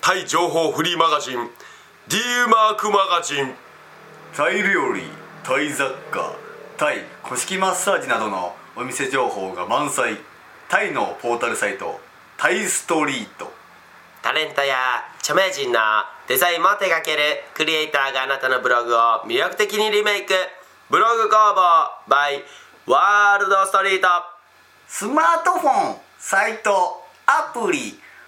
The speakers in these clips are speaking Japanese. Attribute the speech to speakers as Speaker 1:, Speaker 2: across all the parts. Speaker 1: タイ情報フリーマガジン D マークマガジン
Speaker 2: タイ料理タイ雑貨タイ古式マッサージなどのお店情報が満載タイのポータルサイトタイストリート
Speaker 1: タレントや著名人のデザインも手掛けるクリエイターがあなたのブログを魅力的にリメイクブログ工房 by ワールドストリート
Speaker 2: スマートフォンサイトアプリ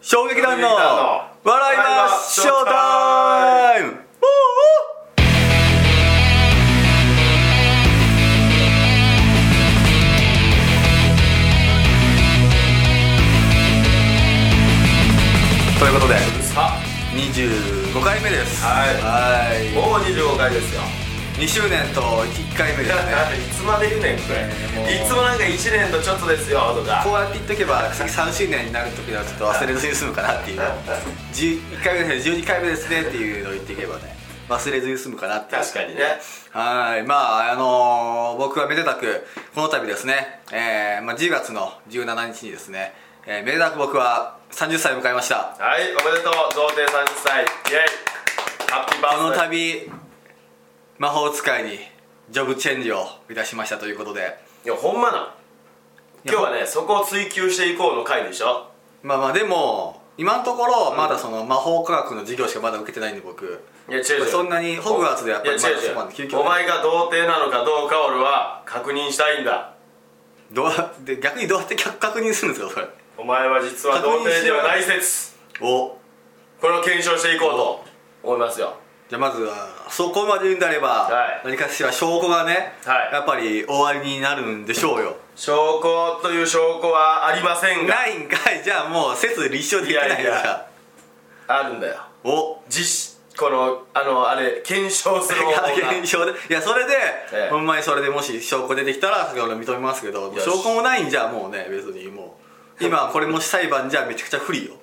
Speaker 2: 衝撃団の笑いましょうタイムということで
Speaker 1: さ
Speaker 2: 25回目です
Speaker 1: はい
Speaker 2: はい
Speaker 1: もう25回ですよ
Speaker 2: 2周年と1回目ですね
Speaker 1: だっていつまで言うねんこれ
Speaker 2: もう
Speaker 1: いつもなんか1年とちょっとですよとか
Speaker 2: こうやって言っとけば次3周年になる時はちょっと忘れずに済むかなっていう11回目ですね12回目ですねっていうのを言っていけばね忘れずに済むかなっていう
Speaker 1: 確かにね
Speaker 2: はいまああのー僕はめでたくこの度ですね、えーまあ、10月の17日にですね、えーめでたく僕は30歳を迎えました
Speaker 1: はいおめでとう贈呈30歳イエイハッピーバ
Speaker 2: この
Speaker 1: ースデー
Speaker 2: 度魔法使いにジョブチェンジをいたしましたということで
Speaker 1: いやほんまな今日はねそこを追求していこうの回でしょ
Speaker 2: まあまあでも今のところまだその魔法科学の授業しかまだ受けてないんで僕
Speaker 1: いや違う違う
Speaker 2: そんなにホグワーツでやっぱり
Speaker 1: い
Speaker 2: ま
Speaker 1: や違
Speaker 2: だそこまで
Speaker 1: う
Speaker 2: 究
Speaker 1: 違う
Speaker 2: 極
Speaker 1: お前が童貞なのかどうか俺は確認したいんだ
Speaker 2: どうやで逆にどうやって客確認するんですかそれ
Speaker 1: お前は実は童貞ではない説
Speaker 2: お
Speaker 1: これを検証していこうと思いますよ
Speaker 2: じゃあまずはそこまで言うんであれば、
Speaker 1: はい
Speaker 2: 何かしら証拠がね、
Speaker 1: はい
Speaker 2: やっぱり終わりになるんでしょうよ
Speaker 1: 証拠という証拠はありませんが
Speaker 2: ないんかいじゃあもう説立証できない
Speaker 1: い
Speaker 2: で
Speaker 1: や
Speaker 2: す
Speaker 1: いや
Speaker 2: か
Speaker 1: あるんだよ
Speaker 2: お
Speaker 1: 実このあのあれ検証する方法が
Speaker 2: 現象でいやそれで、
Speaker 1: ええ
Speaker 2: ほんまにそれでもし証拠出てきたらそれは俺認めますけど
Speaker 1: よし
Speaker 2: 証拠もないんじゃもうね別にも う今これもし裁判じゃめちゃくちゃ不利よ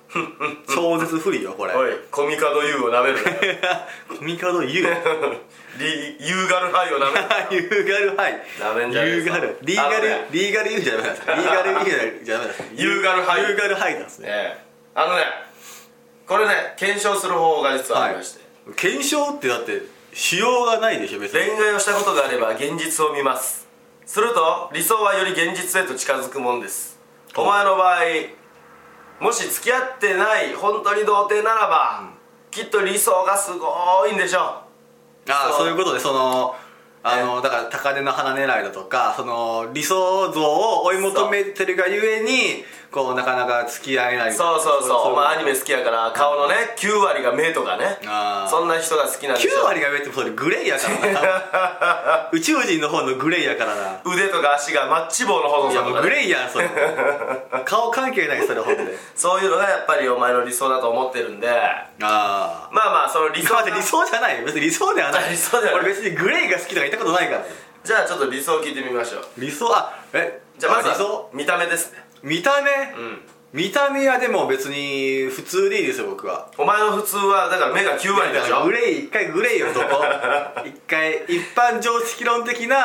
Speaker 2: 超絶不利よこれ
Speaker 1: おいコミカド U をなめるなよ
Speaker 2: コミカド言 う
Speaker 1: リユーガルハイをなめ るなよ
Speaker 2: ユーガルハイ
Speaker 1: ダメんじゃないで
Speaker 2: ユ
Speaker 1: す
Speaker 2: ー
Speaker 1: か
Speaker 2: ガルリーガル
Speaker 1: あのね
Speaker 2: リーガルユーじゃダメなん ですかリーガルユーじゃダメなんですか
Speaker 1: ユーガルハイ
Speaker 2: ユーガルハイなんですね
Speaker 1: ええあのねこれね検証する方法が実はありまして、
Speaker 2: 検証ってだってしようがないでしょ別に
Speaker 1: 恋愛をしたことがあれば現実を見ますすると理想はより現実へと近づくもんですお前の場合もし付き合ってない本当に童貞ならば、きっと理想がすごいんでしょ
Speaker 2: ああ
Speaker 1: そう
Speaker 2: そういうことでそのあのだから高嶺の花狙いだとかその理想像を追い求めてるがゆえにこうなかなか付き合えない
Speaker 1: そうそうそうお前アニメ
Speaker 2: 9
Speaker 1: 好きやから顔のね9割が目とかね
Speaker 2: あー
Speaker 1: そんな人が好きなんでしょ
Speaker 2: 割が上ってそれグレーやからな 宇宙人の方のグレーやからな
Speaker 1: 腕とか足がマッチ棒のほど
Speaker 2: い
Speaker 1: さ
Speaker 2: や
Speaker 1: と
Speaker 2: も
Speaker 1: か
Speaker 2: うグ
Speaker 1: ね
Speaker 2: レーやんそれ顔関係ないそれほんで
Speaker 1: そういうのがやっぱりお前の理想だと思ってるんで
Speaker 2: ああ
Speaker 1: まあまあその理想
Speaker 2: 今まで理想じゃないよ別に理想ではない
Speaker 1: 理想ではない
Speaker 2: 俺別にグレーが好きとか言ったことないから
Speaker 1: じゃあちょっと理想を聞いてみましょう
Speaker 2: 理想あえ
Speaker 1: じゃあまず
Speaker 2: 理想
Speaker 1: は見た目ですね
Speaker 2: 見た目、
Speaker 1: うん
Speaker 2: 見た目はでも別に普通でいいですよ僕は
Speaker 1: お前の普通はだから目が9割でしょ
Speaker 2: グレー一回グレーよ そこ一回一般常識論的な、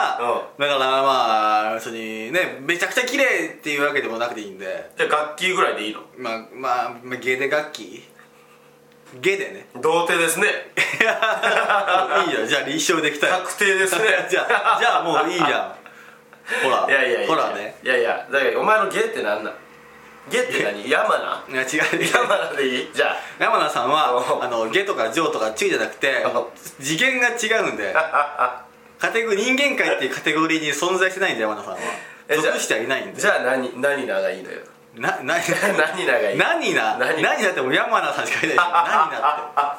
Speaker 2: だからまあ別にねめちゃくちゃ綺麗っていうわけでもなくていいんで
Speaker 1: じゃあ楽器ぐらいでいいの
Speaker 2: まあまあ、まあ、ゲで楽器ゲで ね
Speaker 1: 童貞ですね
Speaker 2: いいよじゃあ立証できたよ
Speaker 1: 確定ですね
Speaker 2: じゃあじゃあもういいじゃんほら
Speaker 1: いやいやいや
Speaker 2: ほらね
Speaker 1: いやいやだからお前の芸って何なんゲって何山名
Speaker 2: いや違う
Speaker 1: 山名でいいじゃあ
Speaker 2: 山名さんは
Speaker 1: お
Speaker 2: あの下とか上とか中じゃなくて
Speaker 1: お
Speaker 2: 次元が違うんでカテゴ人間界っていうカテゴリーに存在してないんで山名さんは
Speaker 1: えじゃあ
Speaker 2: 属してはいないんで
Speaker 1: じゃあ何何名がいいのよ
Speaker 2: な何
Speaker 1: 何名がいい
Speaker 2: 何な
Speaker 1: 何
Speaker 2: 何なってもう山名さんしかい ないでしょ何なっ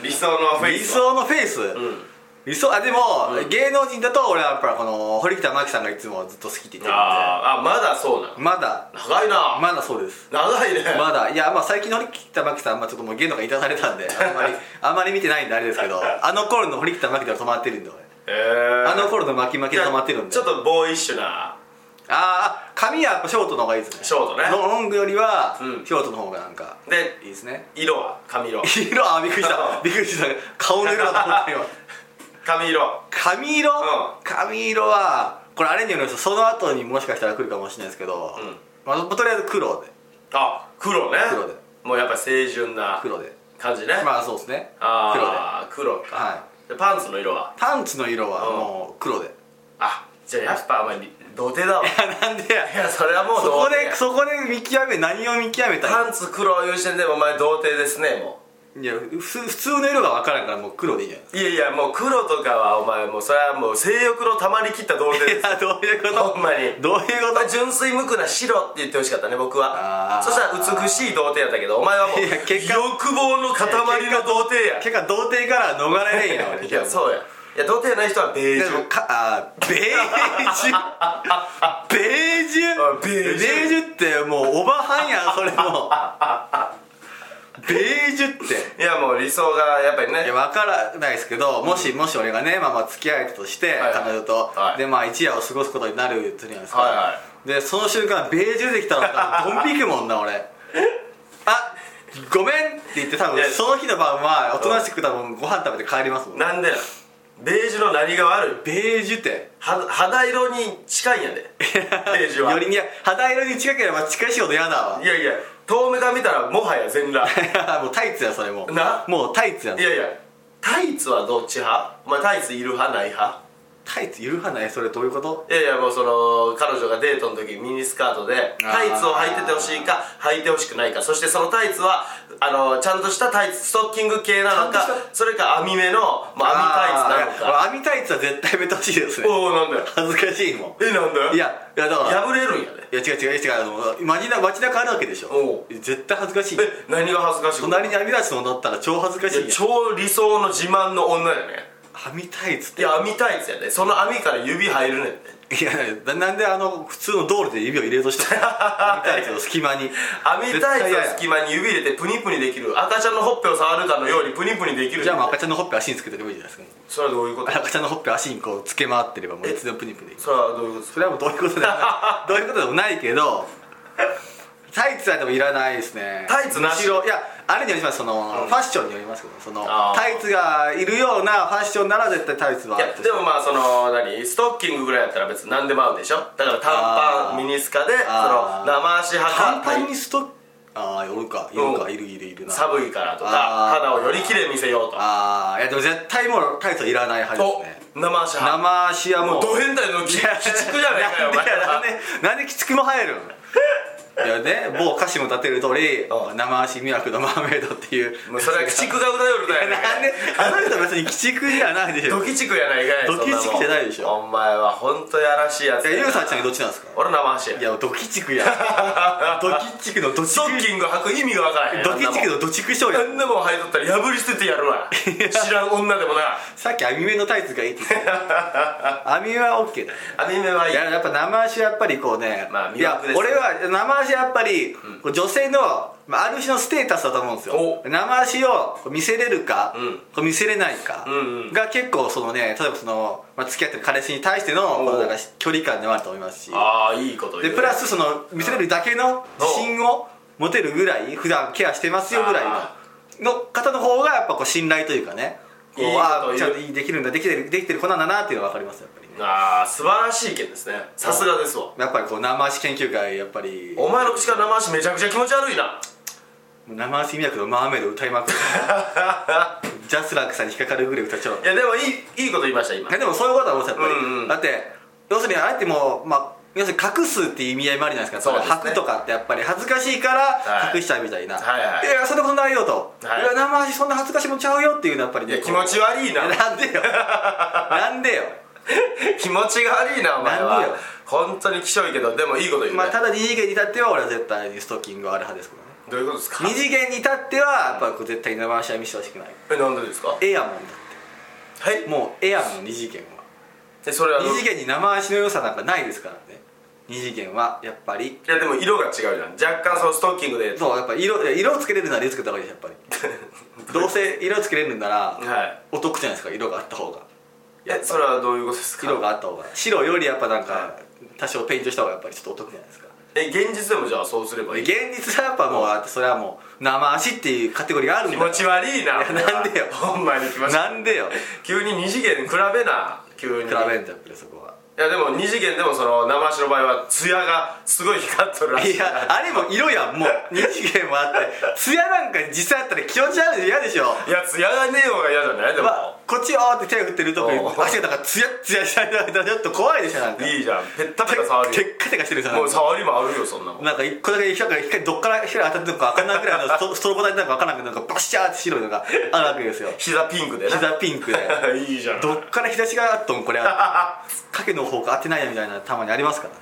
Speaker 1: 理想のフ
Speaker 2: て
Speaker 1: ェ
Speaker 2: 理
Speaker 1: イスは
Speaker 2: 想のフェイス、
Speaker 1: うん
Speaker 2: 理想あでも、芸能人だと俺はやっぱこの堀北真希さんがいつもずっと好きって言ってるんで
Speaker 1: あーあまだそうなの
Speaker 2: まだ
Speaker 1: 長いな、
Speaker 2: まだそうです
Speaker 1: 長いね
Speaker 2: まだいやまあ最近の堀北真希さん、まあ、ちょっともう芸能がいたされたんであんまりあんまり見てないんであれですけどあの頃の堀北真希では止まってるんで俺
Speaker 1: えー
Speaker 2: あの頃の巻き巻きで止まってるんで
Speaker 1: ちょっとボーイッシュな
Speaker 2: ああ髪はやっぱショートの方がいいですね
Speaker 1: ショートね
Speaker 2: ロロングよりは
Speaker 1: うん
Speaker 2: ショートの方がなんか
Speaker 1: で
Speaker 2: いいですね
Speaker 1: 色は髪色
Speaker 2: 色あーびっくりしたびっくりした顔の色だと思ったよ
Speaker 1: 髪色
Speaker 2: 髪色、
Speaker 1: う
Speaker 2: 髪色はこれあれによりますとその後にもしかしたら来るかもしれないですけど、
Speaker 1: うん
Speaker 2: まあ、とりあえず黒で
Speaker 1: あ黒ね
Speaker 2: 黒で
Speaker 1: もうやっぱ清純な
Speaker 2: 黒で
Speaker 1: 感じね
Speaker 2: まあそうですね黒で
Speaker 1: ああ黒か、
Speaker 2: は
Speaker 1: でパンツの色はい
Speaker 2: パンツの色は
Speaker 1: うん
Speaker 2: もう黒で、
Speaker 1: あじゃあやっぱあんまり土手 だわい
Speaker 2: なんでや
Speaker 1: やそれはもう
Speaker 2: そこ
Speaker 1: 童貞
Speaker 2: でそこで見極め何を見極めたい
Speaker 1: パンツ黒いう時点でお前童貞ですねも
Speaker 2: いや普通普通の色が分からんからもう黒でいいじゃないです
Speaker 1: ういやいやもう黒とかはお前もうそれはもう性欲のたまりきった童貞です
Speaker 2: かいやどういうこと
Speaker 1: ほんまに
Speaker 2: どういうこと
Speaker 1: 純粋無垢な白って言ってほしかったね僕は
Speaker 2: あー
Speaker 1: そしたら美しい童貞やったけどお前はもう
Speaker 2: いや結果
Speaker 1: 欲望の塊の童貞や
Speaker 2: 結果童貞から逃れれんや俺
Speaker 1: いやそうやいや童貞やない人はベージ
Speaker 2: で
Speaker 1: ュ
Speaker 2: もかあーベージュ
Speaker 1: あ
Speaker 2: ベ
Speaker 1: ベ
Speaker 2: ージュ
Speaker 1: ージュ
Speaker 2: ベージュってもうおばはんやんそれもベージュって
Speaker 1: いやもう理想がやっぱり
Speaker 2: い
Speaker 1: ね
Speaker 2: や分からないですけどもし、もし俺がね、まあ、まあ付き合えたとして、
Speaker 1: はいはい
Speaker 2: 彼女と、
Speaker 1: はい
Speaker 2: でまあ一夜を過ごすことになるじゃないですか、
Speaker 1: はいは
Speaker 2: でその瞬間ベージュできたら多分ドン引くもんな俺あごめんって言って多
Speaker 1: い
Speaker 2: 分
Speaker 1: や
Speaker 2: その日の晩はおとなしく多分ご飯食べて帰りますもん
Speaker 1: なんでなんベージュの何が悪い
Speaker 2: ベージュって
Speaker 1: は肌色に近いんやでベージュは
Speaker 2: よりに肌色に近ければ近い仕事嫌だわ
Speaker 1: いやいや遠目から見たらもはや全裸
Speaker 2: もうタイツやそれもう
Speaker 1: な
Speaker 2: もうタイツや
Speaker 1: いやいやタイツはどっち派お前タイツいる派ない派
Speaker 2: タイツ許はないそれどういうこと
Speaker 1: いやいやもうその彼女がデートの時ミニスカートで
Speaker 2: あー
Speaker 1: タイツを履いててほしいか履いてほしくないかそしてそのタイツはあのちゃんとしたタイツストッキング系なの
Speaker 2: ちゃ
Speaker 1: か
Speaker 2: んとした
Speaker 1: それか網目の、まあ、網タイツなのか
Speaker 2: あーいや俺網タイツは絶対めてほしいですね
Speaker 1: おおなんだよ
Speaker 2: 恥ずかしいも
Speaker 1: えなんだよ
Speaker 2: んいやいやだから
Speaker 1: 破れるんや
Speaker 2: い
Speaker 1: で
Speaker 2: や違う違う違うあの街な街中あるわけでしょ
Speaker 1: お
Speaker 2: 絶対恥ずかしい
Speaker 1: え何が恥ずかしいの
Speaker 2: 隣に網タイツ乗ったら超恥ずかしい
Speaker 1: い
Speaker 2: や
Speaker 1: や
Speaker 2: ん
Speaker 1: 超理想の自慢の女やね
Speaker 2: 網タイツっ
Speaker 1: い
Speaker 2: て
Speaker 1: や網タイツやでその網から指入るねんって
Speaker 2: いやななんであの普通の道路で指を入れようとしたの網タイツの隙間に
Speaker 1: 網
Speaker 2: 絶
Speaker 1: タ
Speaker 2: 対
Speaker 1: イツの
Speaker 2: 嫌や
Speaker 1: 隙間に指入れてプニプニできる赤ちゃんのほっぺを触るかのようにプニプニできる
Speaker 2: じゃあもう赤ちゃんのほっぺ足につけてればいいじゃないですか
Speaker 1: それはどういうこと
Speaker 2: 赤ちゃんのほっぺ足にこうつけ回ってればもういつでもプニプニ
Speaker 1: それはどういうことです
Speaker 2: そ
Speaker 1: か
Speaker 2: れはもうどういうことでも ないどういうことでもないけどタイツはでもいらないですね
Speaker 1: タイツなし
Speaker 2: むろいやあれによりますその、ファッションによりますけどその
Speaker 1: あー
Speaker 2: タイツがいるようなファッションなら絶対タイツはい
Speaker 1: やでもまあその何ストッキングぐらいやったら別に何でも合うでしょだから短
Speaker 2: あ
Speaker 1: パ
Speaker 2: ー
Speaker 1: ンミニスカでそ
Speaker 2: あ
Speaker 1: の
Speaker 2: ー
Speaker 1: 生足派
Speaker 2: 簡
Speaker 1: か
Speaker 2: 単にストッああおるかいるか、いるいるいるな
Speaker 1: 寒いからとか
Speaker 2: あー
Speaker 1: 肌をより綺麗に見せようと
Speaker 2: ああいやでも絶対もうタイツはいらない派
Speaker 1: お
Speaker 2: ですね
Speaker 1: 生足派
Speaker 2: 生足はもう
Speaker 1: もうド変態のき鬼畜じゃないかよ
Speaker 2: なん
Speaker 1: お前
Speaker 2: でやなんでなんで鬼畜も入るん いやね某歌詞も立てる通り
Speaker 1: う
Speaker 2: 「生足魅惑のマーメイド」っていう
Speaker 1: もうそれは鬼畜が裏よるだ
Speaker 2: な
Speaker 1: よね
Speaker 2: んであの人別に鬼畜じゃないでしょ
Speaker 1: ド
Speaker 2: い
Speaker 1: キチクやないかい
Speaker 2: ドキチクじゃないでしょ
Speaker 1: そんもんお前は本当やらしいやつ
Speaker 2: や
Speaker 1: や
Speaker 2: ユウさんちなみにどっちなんですか
Speaker 1: 俺生足や
Speaker 2: いやドキチクやドキチクのドチ
Speaker 1: ストッ
Speaker 2: ク
Speaker 1: キング履く意味がわからへん
Speaker 2: ドキチクのドチクショー
Speaker 1: あ
Speaker 2: や
Speaker 1: んなもんあんなもん履いとったら破り捨ててやるわ知らん女でもな
Speaker 2: さっき網目のタイツがいいって言ってた網目は OK だよ
Speaker 1: 網目はい
Speaker 2: い
Speaker 1: い
Speaker 2: ややっぱ生足はやっぱりこうね、
Speaker 1: まあ
Speaker 2: い
Speaker 1: 魅
Speaker 2: や
Speaker 1: 惑ですね
Speaker 2: 俺は生足はやっぱり、こう女性の、まあ、ある種のステータスだと思うんですよ
Speaker 1: お
Speaker 2: 生足をこう見せれるか、
Speaker 1: うん
Speaker 2: こう見せれないか、
Speaker 1: うんうん
Speaker 2: が結構そのね例えばその、まあ、付き合ってる彼氏に対してのこのなんか距離感でもあると思いますし
Speaker 1: ああいいこと言うね
Speaker 2: でプラスその見せれるだけの自信を持てるぐらい普段ケアしてますよぐらい
Speaker 1: あ
Speaker 2: のの方の方がやっぱこう信頼というかねこう
Speaker 1: いいこと
Speaker 2: あ
Speaker 1: 言う
Speaker 2: ちゃんといいできるんだできてるできてる子なんだなっていうのが分かりますやっぱりね
Speaker 1: ああ素晴らしい意見ですねさすがですわ
Speaker 2: やっぱりこう生足研究会やっぱり
Speaker 1: お前の口から生足めちゃくちゃ気持ち悪いな
Speaker 2: 生足脈のマーメイド歌いま くるジャスラックさんに引っかかるぐらい歌っちゃう
Speaker 1: いやでもいいいいこと言いました今
Speaker 2: いやでもそういうことは思うんですよやっぱり、
Speaker 1: うんうん
Speaker 2: だって要するにあえてもうまあ要するに隠すっていう意味合いもあるじゃないですか
Speaker 1: そうですね
Speaker 2: 履くとかってやっぱり恥ずかしいか
Speaker 1: は
Speaker 2: ら
Speaker 1: い
Speaker 2: 隠しちゃうみたいな、
Speaker 1: はいはい
Speaker 2: やそんなことないよと、
Speaker 1: はい
Speaker 2: い、や生足そんな恥ずかしいもんちゃうよっていうのはやっぱり
Speaker 1: い
Speaker 2: ね
Speaker 1: や気持ち悪いな
Speaker 2: なんで よなんでよ
Speaker 1: 気持ちが悪いなお前
Speaker 2: なんで
Speaker 1: は
Speaker 2: よ
Speaker 1: 本当にきしょいけどでもいいこと言うね、
Speaker 2: まあただ二次元に至っては俺は絶対にストッキングはあれ派ですけどね
Speaker 1: どういうことですか
Speaker 2: 二次元に至ってはやっぱこう絶対に生足は見せてほしくない
Speaker 1: えなんでですか
Speaker 2: 絵やもんだ
Speaker 1: はい
Speaker 2: もう絵やもん二次元は
Speaker 1: でそれは
Speaker 2: 二次元に生足の良さなんかないですからね二次元はやっぱり
Speaker 1: いやでも色が違うじゃん若干そのストッキングで
Speaker 2: そうやっぱ色いや色をつけれるなら色つけた方がいいですやっぱり どうせ色つけれるなら、
Speaker 1: はい
Speaker 2: お得じゃないですか色があった方がやっ
Speaker 1: え
Speaker 2: ぱ
Speaker 1: それはどういうことですか
Speaker 2: 色があった方が白よりやっぱなんか、
Speaker 1: は
Speaker 2: 多少ペイントした方がやっぱりちょっとお得じゃないですか
Speaker 1: え現実でもじゃあそうすればいい
Speaker 2: 現実はやっぱもうだってそれはもう生足っていうカテゴリーがあるん
Speaker 1: 気
Speaker 2: だ
Speaker 1: 持ち悪いな
Speaker 2: やなんでよ
Speaker 1: ほんまに気持ち悪い
Speaker 2: なんでよ
Speaker 1: 急に二次元比べな急
Speaker 2: 比べ
Speaker 1: に
Speaker 2: んとやっぱりそこはい
Speaker 1: やでも二次元でもその生足の場合は艶がすごい光っとるらしい
Speaker 2: いやあれも色やんもう二次元もあって艶なんか実際あったら気持ち悪いで嫌でしょ
Speaker 1: いや艶がねえ方が嫌じゃないでも、
Speaker 2: まあ、こっちよーって手振ってるとこに
Speaker 1: おう
Speaker 2: 足がなんかツヤッツヤしてるちょっと怖いでしょなんか
Speaker 1: いいじゃんペッタペタ触る
Speaker 2: テッカテカしてるじゃん
Speaker 1: もう触りもあるよそんなもん
Speaker 2: なんか一個だけ光が光どっから光当たってるのか分かんないぐ らいのストストロボ台なんか分からなくなんかバシャーって白いのがあるわけですよ
Speaker 1: 膝ピンクでね
Speaker 2: 膝ピンクで
Speaker 1: いいじゃん
Speaker 2: どっから日差しがあっとんこれ は影の方か当てないやみたいなたまにありますから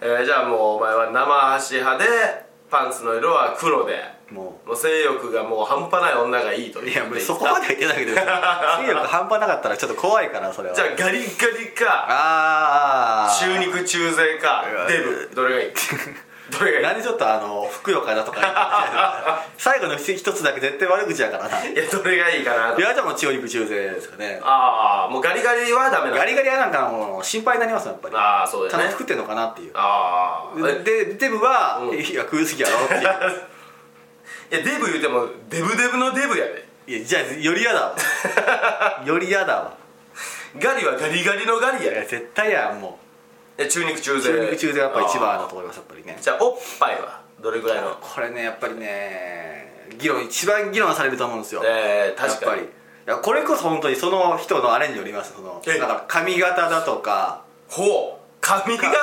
Speaker 1: えーじゃあもうお前は生足派でパンツの色は黒で
Speaker 2: も
Speaker 1: もう性欲がもう半端ない女がいいと
Speaker 2: う
Speaker 1: 言
Speaker 2: い
Speaker 1: って
Speaker 2: や
Speaker 1: い
Speaker 2: も
Speaker 1: た
Speaker 2: うそこまではいけないけ ど勢力半端なかったらちょっと怖いからそれは
Speaker 1: じゃあガリッガリか
Speaker 2: ああー
Speaker 1: 中肉中背か
Speaker 2: うわ
Speaker 1: デブど れがいいどれが
Speaker 2: ないんでちょっとあのふくよかだとか言って 最後の一つだけ絶対悪口やからない
Speaker 1: いやどれがいいかなと
Speaker 2: やじゃあもう中肉中背ですかね
Speaker 1: ああもうガリガリはダメだ
Speaker 2: ガリガリはなんかもう心配になりますよやっぱり
Speaker 1: ああそう
Speaker 2: ち
Speaker 1: だ
Speaker 2: ゃん
Speaker 1: よ
Speaker 2: と
Speaker 1: ね
Speaker 2: 作ってんのかなっていう
Speaker 1: ああえ
Speaker 2: でデブは、
Speaker 1: うん
Speaker 2: いや食うすぎやろって
Speaker 1: いやデブ言うてもデブデブのデブやで
Speaker 2: いういやじゃあより嫌だわより嫌だわ
Speaker 1: ガリはガリガリのガリや
Speaker 2: いや
Speaker 1: で
Speaker 2: 絶対やんも
Speaker 1: え中肉中
Speaker 2: う
Speaker 1: 背
Speaker 2: 中肉中背がやっぱ一番だ
Speaker 1: あ
Speaker 2: と思いますやっぱりね
Speaker 1: ーじゃあおっぱいはどれぐらいの
Speaker 2: これねやっぱりね議論一番議論されると思うんですよ、
Speaker 1: えー、確
Speaker 2: やっぱ
Speaker 1: かに
Speaker 2: りいやこれこそ本当にその人のあれによりますその
Speaker 1: え
Speaker 2: だから髪型だとか
Speaker 1: ほう髪型
Speaker 2: い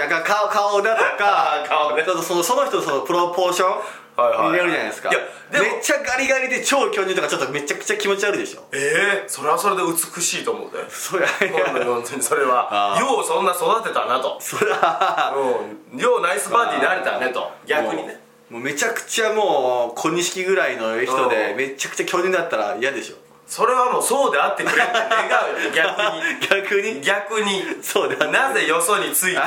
Speaker 2: や顔顔だと
Speaker 1: あ
Speaker 2: か
Speaker 1: ー 顔ね
Speaker 2: ちょっとそのその人のそのプロポーション
Speaker 1: はいはい
Speaker 2: 見れるじゃないですか
Speaker 1: いやでも
Speaker 2: めっちゃガリガリで超巨乳とかちょっとめちゃくちゃ気持ち悪いでしょ
Speaker 1: ええそれはそれで美しいと 思うで
Speaker 2: そりゃ
Speaker 1: 本当に本当にそれは
Speaker 2: あー
Speaker 1: ようそんな育てたなと
Speaker 2: そりゃ
Speaker 1: うんようナイスバディになれたねと逆にね
Speaker 2: もうもうめちゃくちゃもう小錦ぐらいの人
Speaker 1: う
Speaker 2: で
Speaker 1: ん
Speaker 2: めちゃくちゃ巨乳だったら嫌でしょ
Speaker 1: それはもうそうであってくれって願うよ
Speaker 2: 逆に
Speaker 1: 逆に逆に
Speaker 2: そうだ
Speaker 1: なぜよそについた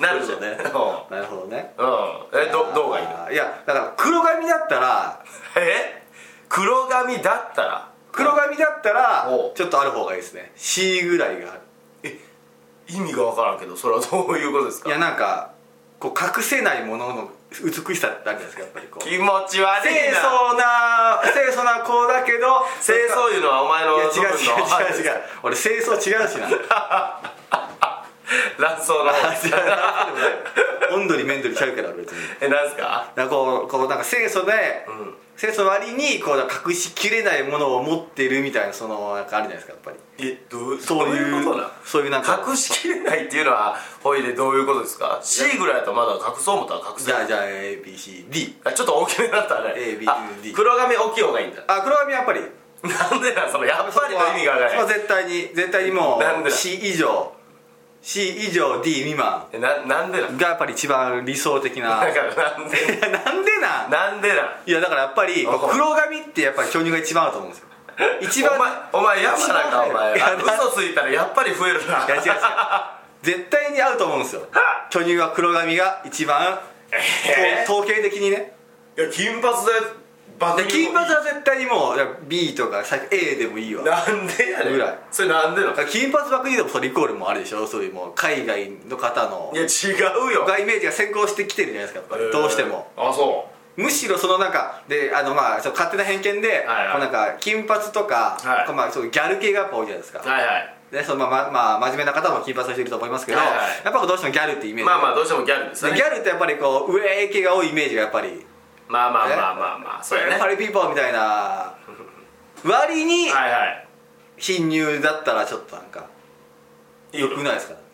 Speaker 1: なるじゃん
Speaker 2: そういう
Speaker 1: うん
Speaker 2: ことねなるほどね
Speaker 1: うんえどどうがいいの
Speaker 2: あーいやだから黒髪だったら
Speaker 1: え黒髪だったら
Speaker 2: 黒髪だったら
Speaker 1: おう
Speaker 2: ちょっとある方がいいですね C ぐらいがある
Speaker 1: 意味がわからんけどそれはどういうことです
Speaker 2: い
Speaker 1: か
Speaker 2: やなんかこう隠せないものの美しさってあるじゃないですかやっぱりこう
Speaker 1: 気持ち悪い
Speaker 2: 清
Speaker 1: な
Speaker 2: 楚な清楚な子だけど
Speaker 1: 清掃いうのはお前の
Speaker 2: いや違
Speaker 1: 部分の
Speaker 2: う違う違う違う俺清掃違う しな あ違うなんでも
Speaker 1: 卵巣の
Speaker 2: ない温度に面取りちゃうから俺別に
Speaker 1: えなんすか
Speaker 2: なんかこうこうなんか清楚で、
Speaker 1: ん
Speaker 2: 清楚の割にこうなんか隠しきれないものを持ってるみたいなそのなんかあるじゃないですかやっぱり
Speaker 1: えどう
Speaker 2: そういう
Speaker 1: どことな
Speaker 2: そういうなんか
Speaker 1: 隠しきれないっていうのはほいでどういうことですか C ぐらいだとまだ隠そう思ったら隠せ
Speaker 2: じ
Speaker 1: る
Speaker 2: ゃあじゃあ ABCD
Speaker 1: あちょっと大きめだったね
Speaker 2: A B
Speaker 1: あ
Speaker 2: D
Speaker 1: 黒髪大きい方がいいんだ
Speaker 2: あ黒髪やっぱりやっ
Speaker 1: なんでなんそのやっぱりの意味が
Speaker 2: そう
Speaker 1: ない
Speaker 2: 絶対に絶対にも
Speaker 1: なんで
Speaker 2: う
Speaker 1: だ
Speaker 2: C 以上 C 以上 D 未満
Speaker 1: えななんでなん
Speaker 2: がやっぱり一番理想的な
Speaker 1: だからなん で
Speaker 2: いやなんでなん
Speaker 1: なんでなん
Speaker 2: いやだからやっぱり
Speaker 1: おう
Speaker 2: 黒髪ってやっぱり巨乳が一番合うと思うんですよ一番
Speaker 1: お前お前山名かお前
Speaker 2: いや
Speaker 1: あ嘘ついたらやっぱり増えるない
Speaker 2: や違う違う絶対に合うと思うんですよ巨乳は黒髪が一番、
Speaker 1: えー
Speaker 2: こう統計的にね
Speaker 1: いや金髪でバ
Speaker 2: で金髪は絶対にもういや B とか最悪 A でもいいわだか
Speaker 1: なんでやねん
Speaker 2: ぐらい
Speaker 1: それなんでなの
Speaker 2: ら金髪ばっかりでもそれイコールもあるでしょそういうもう海外の方の
Speaker 1: いや違うよ
Speaker 2: がイメージが先行してきてるじゃないですかやっぱりどうしても
Speaker 1: えーあそ
Speaker 2: むしろその中であのまあちょっと勝手な偏見で、
Speaker 1: はいはい
Speaker 2: こうなんか金髪とか、
Speaker 1: はい
Speaker 2: こうまあ、そういうギャル系がやっぱ多いじゃないですか、
Speaker 1: うはいはい
Speaker 2: でそのまあ、まあ、真面目な方も金髪の人いると思いますけど、
Speaker 1: はいはい
Speaker 2: やっぱどうしてもギャルってイメージ
Speaker 1: まあまあどうしてもギャルですよ
Speaker 2: で
Speaker 1: ね
Speaker 2: ギャルってやっぱりこう上系が多いイメージがやっぱり
Speaker 1: まあまあまあまあまあそうやね
Speaker 2: パ
Speaker 1: はい
Speaker 2: リピーポーみたい な割に
Speaker 1: はい
Speaker 2: 貧乳だったらちょっとなんか
Speaker 1: いいよ
Speaker 2: 良くないですかなんか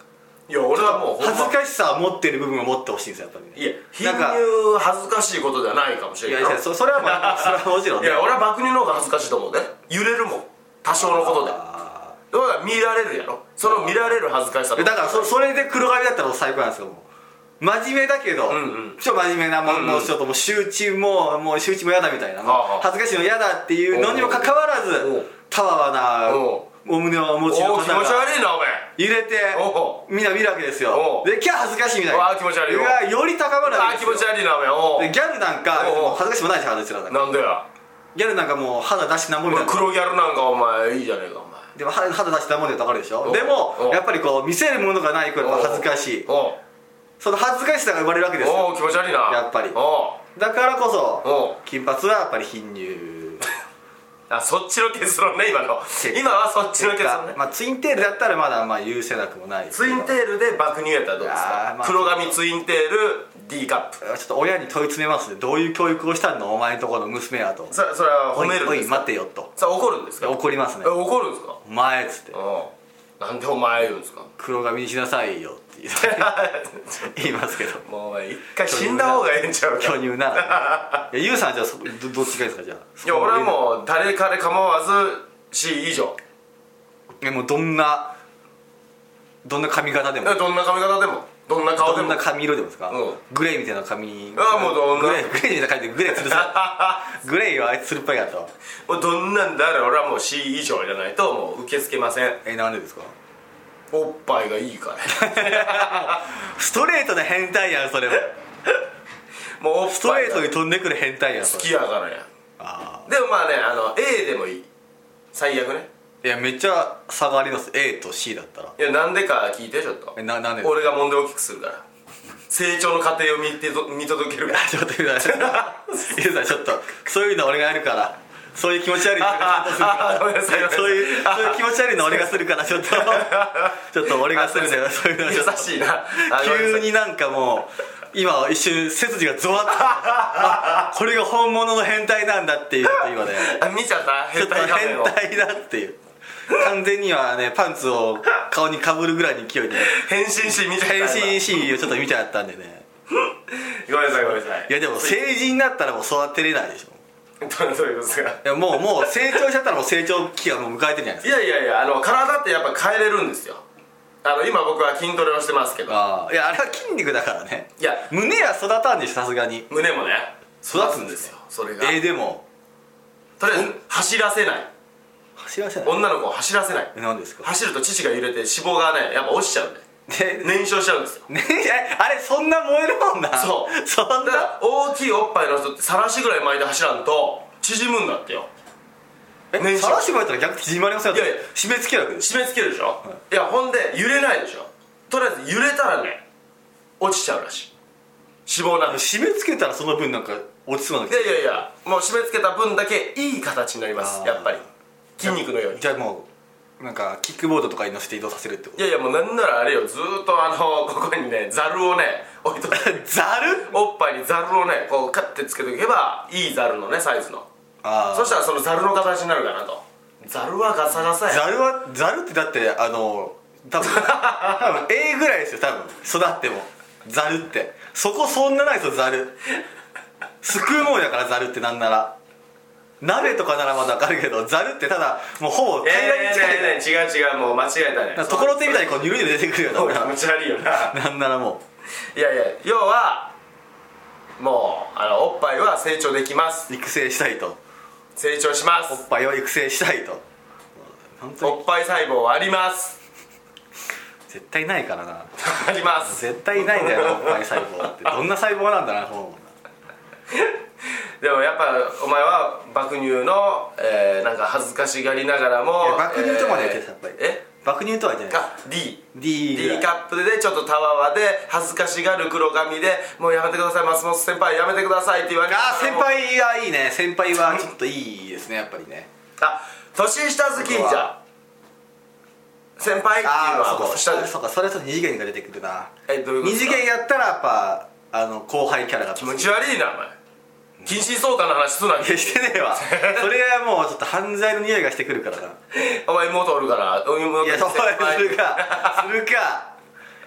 Speaker 1: いや俺はもうほんま
Speaker 2: 恥ずかしさを持ってる部分を持ってほしいんですよやっぱりね
Speaker 1: いや貧
Speaker 2: なんか
Speaker 1: 乳恥ずかしいことじゃないかもし
Speaker 2: い
Speaker 1: れ
Speaker 2: や い
Speaker 1: ないな
Speaker 2: やそそれはまあそれはもちろん
Speaker 1: い
Speaker 2: ね
Speaker 1: や俺は爆乳の方が恥ずかしいと思うね揺れるもん多少のことで
Speaker 2: あ
Speaker 1: だから見られるやろその見られる恥ずかしさ
Speaker 2: ーだからそそれで黒髪だったらもう最高なんですよもう真面目だけど、
Speaker 1: んうん
Speaker 2: ちょっと真面目なもの、ちょっともう集中ももう集中も嫌だみたいな、
Speaker 1: はあはあ
Speaker 2: 恥ずかしいの嫌だっていうのにもかかわらず
Speaker 1: おう
Speaker 2: たわわな
Speaker 1: お
Speaker 2: お胸をお持ちの
Speaker 1: お
Speaker 2: 方
Speaker 1: お気持ち
Speaker 2: が
Speaker 1: 悪いなおめ
Speaker 2: 揺れて
Speaker 1: お
Speaker 2: みんな見るわけですよ
Speaker 1: おう
Speaker 2: でキャー恥ずかしいみたいな
Speaker 1: わあ気持ち悪いよ
Speaker 2: うわより高まるわ
Speaker 1: あ
Speaker 2: けです
Speaker 1: ー気
Speaker 2: よ
Speaker 1: 持ち悪いなおめお
Speaker 2: でギャルなんか
Speaker 1: おうおう
Speaker 2: もう恥ずかしくもないですよあの人らなんか
Speaker 1: なんでや
Speaker 2: ギャルなんかもう肌出してなんぼみたい
Speaker 1: 俺
Speaker 2: な
Speaker 1: 黒ギャルなんかお前いいじゃねえかお前
Speaker 2: でも肌肌出してなんぼみたいなとこあるでし
Speaker 1: お
Speaker 2: ょ
Speaker 1: う
Speaker 2: で
Speaker 1: お
Speaker 2: も
Speaker 1: う
Speaker 2: やっぱりこう見せるものがないから恥ずかしい
Speaker 1: おう
Speaker 2: その恥ずかしさが生まれるわけです
Speaker 1: お
Speaker 2: よ
Speaker 1: う気持ち悪いな
Speaker 2: やっぱり
Speaker 1: おう
Speaker 2: だからこ
Speaker 1: おう
Speaker 2: そ金髪はやっぱり貧乳
Speaker 1: あそっちの結論ね今の
Speaker 2: 結果
Speaker 1: 今はそっちの結論ね
Speaker 2: まあツインテールだったらまだまあ許せなくもない
Speaker 1: ツインテールで爆乳やったらどうです
Speaker 2: あ
Speaker 1: か
Speaker 2: ー、まあ
Speaker 1: 黒髪ツインテール D カップ
Speaker 2: ちょっと親に問い詰めますねどういう教育をしたのお前のところの娘はと
Speaker 1: それそれは
Speaker 2: お
Speaker 1: 褒
Speaker 2: い
Speaker 1: めるん
Speaker 2: お
Speaker 1: で
Speaker 2: い
Speaker 1: すか
Speaker 2: 待てよと
Speaker 1: さあ怒るんですか
Speaker 2: 怒りますね
Speaker 1: え怒るんですか
Speaker 2: お前っつって
Speaker 1: うんなんでお前言うんですか
Speaker 2: 黒髪にしなさいよって言う言 いますけど
Speaker 1: もうお前一回死んだ方がええんちゃうか
Speaker 2: 巨乳ならいやゆうさんはじゃあそこどどっちがいいですかじゃあ
Speaker 1: いや俺はもう誰彼構わずし以上
Speaker 2: うもうどんなどんな髪型でも
Speaker 1: どんな髪型でもどんな顔で
Speaker 2: どん
Speaker 1: も
Speaker 2: な髪色でもですか、
Speaker 1: うん
Speaker 2: グレーみたいな髪
Speaker 1: あもうどんな
Speaker 2: グレーグレーみたいな髪でグレーつる さグレーはあいつつるっぱいやと
Speaker 1: もうどんなんであれ俺はもう C 以上じゃないともう受け付けません
Speaker 2: えなんでですか
Speaker 1: おっぱいがいいから
Speaker 2: ストレートな変態やん それも
Speaker 1: もうおっ
Speaker 2: スト
Speaker 1: ぱい
Speaker 2: レー
Speaker 1: が
Speaker 2: トに飛んでくる変態やんそ
Speaker 1: 好
Speaker 2: れ
Speaker 1: きやからや
Speaker 2: あ
Speaker 1: でもまあねあの A でもいい最悪ね
Speaker 2: ーいやめっちゃ差があります A と C だったら
Speaker 1: いやなんでか聞いてちょっと
Speaker 2: えななんでですか
Speaker 1: 俺が問題大きくするから成長の過程を見てと見届けるから
Speaker 2: ちょっとゆうさんゆうさんちょっとそういうの俺がやるからそういう気持ち悪いの俺が担当するか
Speaker 1: あごめんなさいごめんな
Speaker 2: ら
Speaker 1: さい
Speaker 2: そういうそういう気持ち悪いの俺がするからちょっとちょっと俺がするんだよそういうの
Speaker 1: 優
Speaker 2: ちょっと
Speaker 1: しいなあごめんなさ
Speaker 2: 急
Speaker 1: い
Speaker 2: になんかもう今一瞬背筋がゾワッとあこれが本物の変態なんだっていうちょっと今ね
Speaker 1: あ見ちゃった
Speaker 2: ちょっ
Speaker 1: 変
Speaker 2: と
Speaker 1: 態
Speaker 2: 変
Speaker 1: 仮面を
Speaker 2: 態だっていう完全にはねパンツを顔にかぶるぐらいの勢いで
Speaker 1: 変身し見ちゃった
Speaker 2: 変身シーンをちょっと見ちゃったんでね
Speaker 1: ごめんなさいごめんなさい
Speaker 2: いやでも成人になったらもう育てれないでしょ
Speaker 1: どうどういうことですか
Speaker 2: いやもうもう成長しちゃったらもう成長期がもう迎えてるじゃないで
Speaker 1: い
Speaker 2: す
Speaker 1: やいやいやあの体ってやっぱ変えれるんですよあの今僕は筋トレをしてますけど
Speaker 2: かあいやあれは筋肉だからね
Speaker 1: いや
Speaker 2: 胸は育たんでしょさすがに
Speaker 1: 胸もね
Speaker 2: 育つんですよ
Speaker 1: それが
Speaker 2: えー、でも
Speaker 1: とりあえず走らせない
Speaker 2: 走らせない
Speaker 1: 女の子を走らせない
Speaker 2: えなんですか
Speaker 1: 走ると乳が揺れて脂肪がねやっぱ落ちちゃうんで
Speaker 2: で
Speaker 1: 燃焼しちゃうんですよ
Speaker 2: ねえあれそんな燃えるもんな
Speaker 1: そう
Speaker 2: そん
Speaker 1: だ
Speaker 2: な
Speaker 1: から大きいおっぱいの人ってさらしぐらい巻いて走らんと縮むんだってよ
Speaker 2: え
Speaker 1: 燃焼
Speaker 2: さらしてもらったら逆に縮まりませんよ
Speaker 1: いやいや
Speaker 2: 締め付けるわけです
Speaker 1: 締め付けるでしょ、い、やほんで揺れないでしょとりあえず揺れたらね落ちちゃうらしい脂肪なんで
Speaker 2: 締め付けたらその分なんか落ちそうなん
Speaker 1: いやいやいやもう締め付けた分だけいい形になります
Speaker 2: あー
Speaker 1: やっぱり筋肉のように
Speaker 2: じゃあもうなんかキックボードとかに乗せて移動させるってこ
Speaker 1: いやいやもうなんならあれよずーっとあの ここにねザルをね置いとい
Speaker 2: と
Speaker 1: て
Speaker 2: ザル
Speaker 1: おっぱいにザルをねこうカッてつけとけばいいザルのねサイズの
Speaker 2: あ
Speaker 1: そしたらそのザルの形になるかなとザルはガサガサや
Speaker 2: ザルはザルってだってあの多分多分 A ぐらいですよ多分育ってもザルってそこそんなないですよザルすくうもんやからザルってなんなら鍋とかならまだ分かるけどザルってただもうほぼ平らに近い、
Speaker 1: えーねえねえねえ違う違うもう間違えたね
Speaker 2: なんかところてんみたいにこうニュルニュル出てくるよ
Speaker 1: そう気
Speaker 2: な
Speaker 1: 持ち悪いよな
Speaker 2: なんならも
Speaker 1: いやいや要はもうあのおっぱいは成長できます
Speaker 2: う育成したいと
Speaker 1: 成長しま
Speaker 2: お
Speaker 1: す
Speaker 2: っぱいを育成したいと本当に
Speaker 1: おっぱい細胞はあります
Speaker 2: 絶対ないからな
Speaker 1: あります
Speaker 2: 絶対ないんだよなおっぱい細胞ってどんな細胞なんだなと思うもんな
Speaker 1: でもやっぱお前は爆乳の、えー、なんか恥ずかしがりながら
Speaker 2: い
Speaker 1: も
Speaker 2: や爆乳とまでやって
Speaker 1: え
Speaker 2: るやっぱり
Speaker 1: え
Speaker 2: 爆乳とは言ってない
Speaker 1: あ D
Speaker 2: D ぐら
Speaker 1: D
Speaker 2: い
Speaker 1: カップでちょっとたわわで恥ずかしがる黒髪で「もうやめてください松本先輩やめてください」って言われて
Speaker 2: あー先輩はいいね先輩はちょっといいですねやっぱりね
Speaker 1: あ年下好きじゃん先輩っていうの
Speaker 2: ああ
Speaker 1: は
Speaker 2: そう
Speaker 1: もう
Speaker 2: か
Speaker 1: 下
Speaker 2: そう
Speaker 1: で
Speaker 2: か
Speaker 1: す
Speaker 2: そうかそれと二次元が出てくるな
Speaker 1: えどういうこと
Speaker 2: 二
Speaker 1: です
Speaker 2: 次
Speaker 1: か
Speaker 2: 元やったらやっぱあの後輩キャラが
Speaker 1: 気持ち悪いなお前近親相関の話すな
Speaker 2: いやしてねえ わそれはもうちょっと犯罪の匂いがしてく るからな
Speaker 1: お前妹おるからお妹
Speaker 2: いやそうするかするか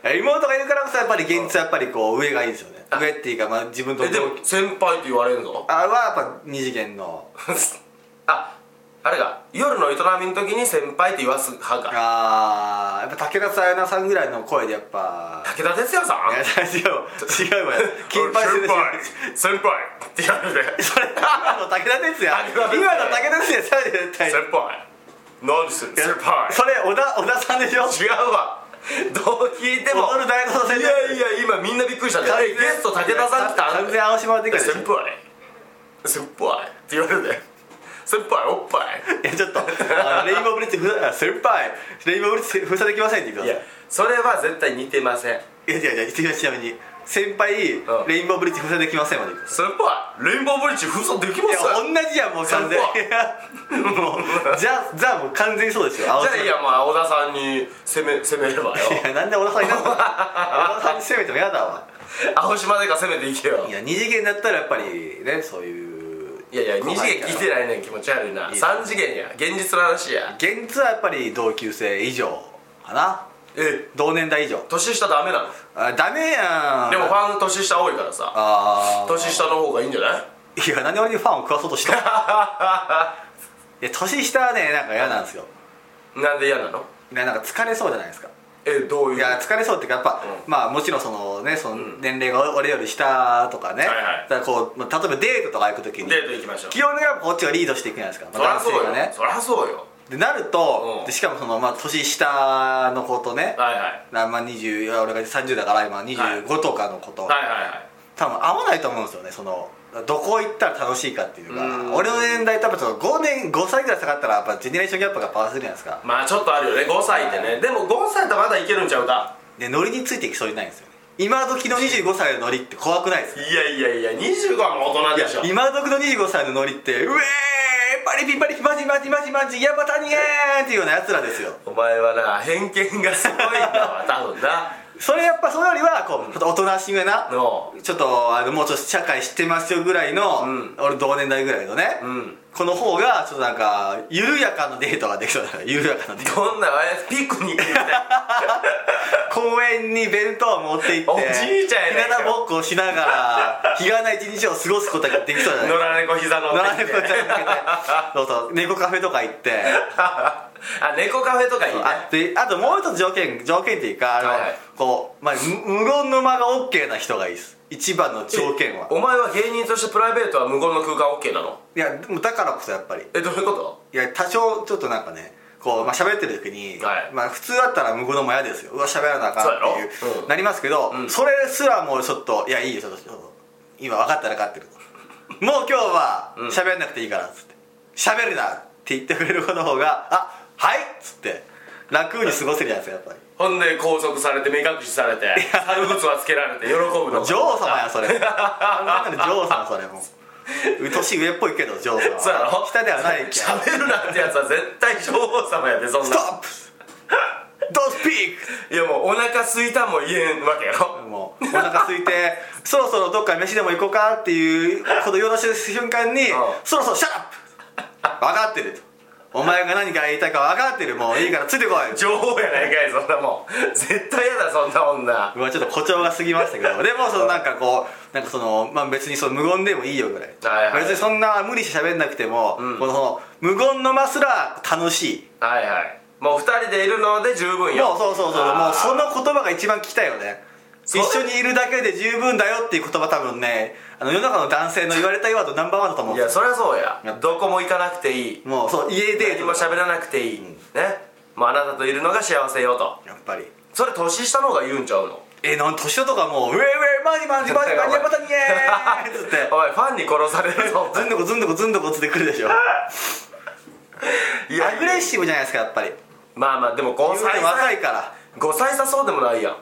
Speaker 2: や妹がいるからこそやっぱり現実はやっぱりこう上がいいですよね上っていうかまあ自分と
Speaker 1: えで
Speaker 2: 同
Speaker 1: も
Speaker 2: 期
Speaker 1: 先輩って言われるぞ
Speaker 2: あれはやっぱ二次元の
Speaker 1: ああれが夜の営みの時に先輩って言わす派か
Speaker 2: あーやっぱ武田紗也奈さんぐらいの声でやっぱ
Speaker 1: 武田鉄矢さ
Speaker 2: い
Speaker 1: ん
Speaker 2: や違う違うわよ金八
Speaker 1: 先
Speaker 2: 先
Speaker 1: 輩
Speaker 2: 輩
Speaker 1: 先輩ってやるで
Speaker 2: それ今の武田鉄矢
Speaker 1: 武
Speaker 2: 今
Speaker 1: 田
Speaker 2: の
Speaker 1: 鉄
Speaker 2: 武
Speaker 1: 矢
Speaker 2: 田鉄矢さ絶対
Speaker 1: 先輩何してる
Speaker 2: いや
Speaker 1: 先輩
Speaker 2: それ小田小田さんでしょ
Speaker 1: 違うわどう聞いても
Speaker 2: 踊る大捜査線
Speaker 1: いやいや今みんなびっくりしたね
Speaker 2: 完
Speaker 1: あ
Speaker 2: 全
Speaker 1: れゲスト武田さん来た
Speaker 2: 完全青島でかいでしょ
Speaker 1: 先輩先輩って言われるで先輩おっぱい
Speaker 2: いやちょっとあのレインボーブリッジふあ先輩レインボーブリッジ封鎖できませんって言っ
Speaker 1: い
Speaker 2: て
Speaker 1: や
Speaker 2: くださ
Speaker 1: それは絶対似てません
Speaker 2: いいやいやいやいやちなみに先輩、
Speaker 1: うん
Speaker 2: レインボーブリッジ封鎖できませんまで言う
Speaker 1: 先輩レインボーブリッジ封鎖できま
Speaker 2: い
Speaker 1: す
Speaker 2: や同じやんもう完全
Speaker 1: 先輩
Speaker 2: いやもうじゃザもう完全にそうですよ青
Speaker 1: じ
Speaker 2: 島
Speaker 1: ゃあいやまあ小田さんに攻め攻めればよ
Speaker 2: いやなんで小田さんに なったの小田さんに攻めてもやだわ
Speaker 1: 青島でか攻めていけよ
Speaker 2: いや二次元だったらやっぱりねそういう
Speaker 1: いやいや二次元聞いてないねん気持ち悪いな三次元や現実の話や
Speaker 2: 現実はやっぱり同級生以上かな
Speaker 1: え
Speaker 2: 同年代以上
Speaker 1: 年下ダメなの
Speaker 2: あダメやん
Speaker 1: でもファン年下多いからさ
Speaker 2: あー
Speaker 1: 年下の方がいいんじゃない
Speaker 2: いや何で俺にファンを食わそうとした いや年下はねなんか嫌なんですよ
Speaker 1: なんで嫌なの
Speaker 2: いやなんか疲れそうじゃないですか
Speaker 1: えどういう
Speaker 2: いや疲れそうっていうかやっぱ、まあもちろんそのねその年齢が俺より下とかね、
Speaker 1: はいはい
Speaker 2: だからこうまあ例えばデートとか行く時に
Speaker 1: デート行きましょう
Speaker 2: 基本的にはこっちがリードしていくじゃないですか、
Speaker 1: そ
Speaker 2: まあ
Speaker 1: らそうよ、
Speaker 2: 男性がね
Speaker 1: そらそうよ
Speaker 2: でなると、
Speaker 1: うん
Speaker 2: でしかもその、まあ、年下の子とね、
Speaker 1: はいはい
Speaker 2: なまあ、20いや俺が30だから今25とかの子と、
Speaker 1: はいはいはい
Speaker 2: 多分合わないと思うんですよねそのどこ行ったら楽しいかっていうか
Speaker 1: うん
Speaker 2: 俺の年代多分その5年5歳ぐらい下がったらやっぱジェネレーションギャップがパワーするじゃないですか
Speaker 1: まあちょっとあるよね5歳ってね、でも5歳とまだいけるんちゃうか
Speaker 2: でノリについていきそうにないんですよね今時の25歳のノリって怖くないですか
Speaker 1: いやいやいや25はもう大人でしょ
Speaker 2: 今時の25歳のノリって「うえーパリピパリピマジマジマジマジヤバタニエーン!」っていうようなやつらですよ
Speaker 1: お前はな偏見がすごいんだ わ多分な
Speaker 2: それやっぱそれよりはこうちょっとおとなしめな
Speaker 1: の
Speaker 2: ちょっとあのもうちょっと社会知ってますよぐらいの、
Speaker 1: うん
Speaker 2: 俺同年代ぐらいのね、
Speaker 1: うん
Speaker 2: この方がちょっとなんか緩やかなデートができそうだから緩やかな デート
Speaker 1: どんなわピクニックみたい な
Speaker 2: 公園に弁当を持って行って
Speaker 1: おじいちゃんやねんか
Speaker 2: 日向ぼっこをしながら日がな一日を過ごすことができそうじゃない
Speaker 1: 野良猫膝の
Speaker 2: 野良猫ちゃんに向けてそうそう 猫カフェとか行って
Speaker 1: あ猫カフェとかいいね
Speaker 2: あであともう一つ条件条件っていうかあの、
Speaker 1: はいはい
Speaker 2: こう、まあ、無無言の間が OK な人がいいです一番の条件は
Speaker 1: お前は芸人としてプライベートは無言の空間 OK なの
Speaker 2: いやでもだからこそやっぱり
Speaker 1: えどういうこと
Speaker 2: いや多少ちょっとなんかねこう、まあ、喋ってる時に、
Speaker 1: はい
Speaker 2: まあ、普通だったら向こうのも嫌ですようわ喋らなあかんって
Speaker 1: そう
Speaker 2: い
Speaker 1: や
Speaker 2: う
Speaker 1: ろうん
Speaker 2: なりますけど、
Speaker 1: ん
Speaker 2: それすらもうちょっといやいいよちょっとちょっと今分かったら分かってる もう今日は
Speaker 1: ん
Speaker 2: 喋んなくていいからっつって喋るなって言ってくれる子の方があはいっつって楽に過ごせるやつや っぱり
Speaker 1: ほんで拘束されて目隠しされて猿靴はつけられて喜ぶの
Speaker 2: 女王様や それなんなんで女王様それもう年上っぽいけど女王様
Speaker 1: そうやろ
Speaker 2: 下ではないけど
Speaker 1: 喋るなってやつは絶対女王様やでそん
Speaker 2: ス
Speaker 1: な
Speaker 2: トップ Don't speak!
Speaker 1: いやもうお腹すいたも言えんわけやろ
Speaker 2: もうお腹空いて そろそろどっか飯でも行こうかっていうこと言おうとした瞬間に、そろそろシャラップ分かってるとお前が何か言いたいか分かってるもういいからついてこい
Speaker 1: 女王やないかいそんなもん絶対やだそんな女
Speaker 2: うわちょっと誇張が過ぎましたけどでもそのなんかこうなんかその、まあ、別にその無言でもいいよぐらい、
Speaker 1: はいはい
Speaker 2: 別にそんな無理して喋んなくても、
Speaker 1: うん
Speaker 2: この無言の間すら楽しい
Speaker 1: はいはいもう二人でいるので十分よ
Speaker 2: もうそうそうそうも
Speaker 1: あ
Speaker 2: う
Speaker 1: ー
Speaker 2: その言葉が一番聞きたいよね
Speaker 1: そ
Speaker 2: 一
Speaker 1: う
Speaker 2: 緒にいるだけで十分だよっていう言葉多分ねあの世の中の男性の言われたいワードナンバーワンだと思うん
Speaker 1: い
Speaker 2: で
Speaker 1: や
Speaker 2: す
Speaker 1: そりゃそうやどこも行かなくていい
Speaker 2: よもうそう家デー
Speaker 1: 何
Speaker 2: トも
Speaker 1: も喋らなくていい、ねもうあなたといるのが幸せよと
Speaker 2: やっぱり
Speaker 1: それ年下の方が言うんちゃうの
Speaker 2: えなん年寄とかもう「ウェイウェイマジマジマジマジマジマジマジエーイ!」っつって
Speaker 1: お前ファンに殺されるぞ
Speaker 2: ずんどこずんどこずんどこつってくるでしょア
Speaker 1: いや
Speaker 2: グレッシブじゃないですかやっぱり
Speaker 1: まあまあでも5
Speaker 2: 言うて
Speaker 1: 歳
Speaker 2: 若
Speaker 1: 差
Speaker 2: いから
Speaker 1: 5歳差そうでもないやん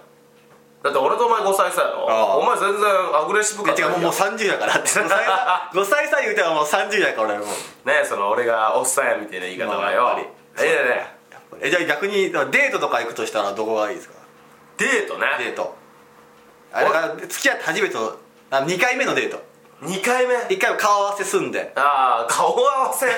Speaker 1: だって俺とお前5歳差やろ
Speaker 2: ああ
Speaker 1: お前全然アグレッシブ
Speaker 2: いや
Speaker 1: 感
Speaker 2: 違うもうもう30やからって5歳差5歳差言うてはもう30やから俺もう
Speaker 1: ねその俺がおっさんやみたいな言い方はよ、
Speaker 2: まあ
Speaker 1: い
Speaker 2: やっ
Speaker 1: やいやいや
Speaker 2: やっぱりえじゃあ逆にだからデートとか行くとしたらどこがいいですか
Speaker 1: デート
Speaker 2: デー
Speaker 1: ね
Speaker 2: トあだから付き合って初めてのあ2回目のデート
Speaker 1: 2回目
Speaker 2: 1回は顔合わせすんで
Speaker 1: ああ顔合わせえ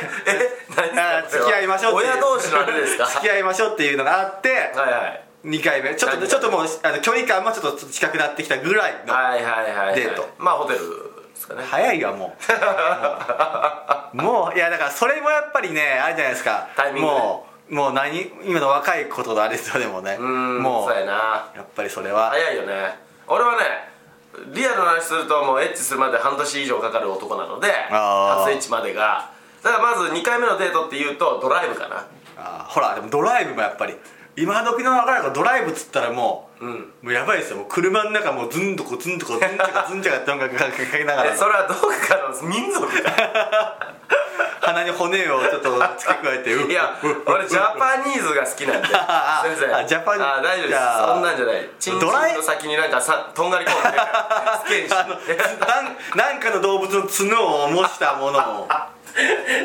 Speaker 1: 何
Speaker 2: あー
Speaker 1: ですか
Speaker 2: 付き合いましょうっていう
Speaker 1: 親同士のあれですか
Speaker 2: 付き合いましょうっていうのがあって
Speaker 1: はいはい
Speaker 2: 2回目ちょっと
Speaker 1: 何
Speaker 2: ちょっともうあの距離感もちょっとちょっと近くなってきたぐらいの、
Speaker 1: はいはいはい、はい、
Speaker 2: デート
Speaker 1: まあホテルですかね
Speaker 2: 早いわもうもうもういやだからそれもやっぱりねあれじゃないですか
Speaker 1: タイミングね
Speaker 2: もうもう何今の若いことのあれですよでもね
Speaker 1: うん
Speaker 2: も
Speaker 1: そうやな
Speaker 2: やっぱりそれは
Speaker 1: 早いよね俺はねリアルな話するともうエッチするまで半年以上かかる男なので
Speaker 2: あー
Speaker 1: 初エッチまでがだからまず2回目のデートっていうとドライブかな
Speaker 2: あーほらでもドライブもやっぱり今時の若い子ドライブっつったらもう、
Speaker 1: うん
Speaker 2: もうやばいですよもう車の中もうズンとこズンと こズンとこズンとこって音楽かけながら
Speaker 1: えそれはどっかの民族
Speaker 2: 鼻に骨をちょっと付け加えてうっ
Speaker 1: いや
Speaker 2: うっうっ
Speaker 1: 俺ジャパニーズが好きなんで先
Speaker 2: あ
Speaker 1: 生
Speaker 2: あジャパニーズ
Speaker 1: あ大丈夫で
Speaker 2: じゃあ
Speaker 1: すそんなんじゃないチンチ
Speaker 2: ドライ
Speaker 1: ンの先になんかさとんがりコーンみたいなスケ ー
Speaker 2: あのなんなんかの動物の角を模したも のを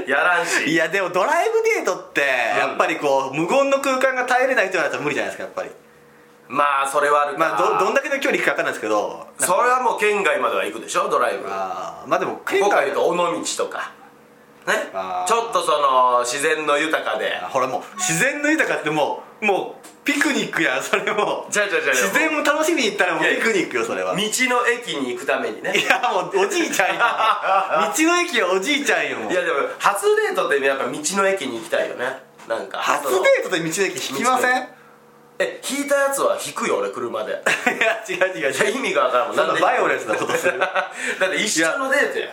Speaker 1: ジやらんし
Speaker 2: いやでもドライブデートってやっぱりこう無言の空間が耐えれない人だったら無理じゃないですかやっぱり
Speaker 1: まあそれはあるか
Speaker 2: まあどどんだけの距離かかるんないですけど
Speaker 1: それはもう県外までは行くでしょドライブ
Speaker 2: あーまあでも県
Speaker 1: 今回
Speaker 2: 外
Speaker 1: 言うと尾道とかね
Speaker 2: あー
Speaker 1: ちょっとその自然の豊かで
Speaker 2: ほらもう自然の豊かってもうもうピクニックや それも
Speaker 1: 違う違う違う
Speaker 2: 自然を楽しみに行ったらもう
Speaker 1: いや
Speaker 2: ピクニックよそれ
Speaker 1: 道
Speaker 2: は
Speaker 1: の
Speaker 2: い
Speaker 1: 駅に行くためにね
Speaker 2: やもうおじいちゃん よ道の駅はおじいちゃんよもう
Speaker 1: いやでも初デートってやっぱ道の駅に行きたいよねなんか
Speaker 2: 初
Speaker 1: その
Speaker 2: デートで道の駅引きませんい
Speaker 1: え引いたやつは引くよ俺 車で
Speaker 2: や違う違う
Speaker 1: いや
Speaker 2: 違う
Speaker 1: 意味がわからんもん
Speaker 2: そんな
Speaker 1: な
Speaker 2: ん
Speaker 1: で
Speaker 2: バイオレンスなことする
Speaker 1: だって一緒のデートや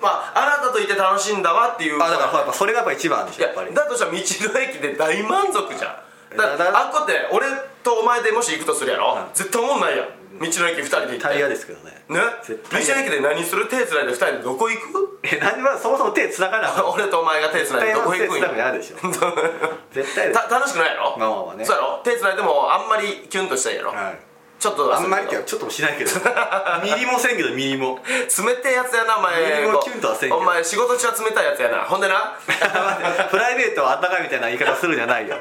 Speaker 1: まああなたといて楽しんだわっていう
Speaker 2: あだからほらやっぱそれがやっぱ一番でし
Speaker 1: い
Speaker 2: ょ
Speaker 1: や
Speaker 2: やっぱり
Speaker 1: だとしたら道の駅で大満足じゃんだって
Speaker 2: だだ
Speaker 1: あっこって俺とお前でもし行くとするやろ、
Speaker 2: うん
Speaker 1: 絶対思んないやん道の駅2人で行って
Speaker 2: タイヤですけどね
Speaker 1: ね
Speaker 2: 絶
Speaker 1: 道
Speaker 2: 対嫌
Speaker 1: の駅で何する手つないで2人でどこ行 く
Speaker 2: え何もそもそも手繋がない
Speaker 1: 俺 とお前が手つないでどこ行
Speaker 2: 手
Speaker 1: くん
Speaker 2: 繋が
Speaker 1: や
Speaker 2: ない でしょ絶対です
Speaker 1: た楽しくないやろ
Speaker 2: まあまあまあね
Speaker 1: そうやろ手つないでもあんまりキュンとしたいやろ、
Speaker 2: はい
Speaker 1: ちょっと
Speaker 2: あんまりっていうかちょっともしないけ どミリもせんけどミリも
Speaker 1: 冷てえやつやなお前
Speaker 2: 俺もキュンとはせんけど
Speaker 1: お前仕事中は冷たいやつやなほんでな
Speaker 2: プライベートはあったかいみたいな言い方するんじゃないよ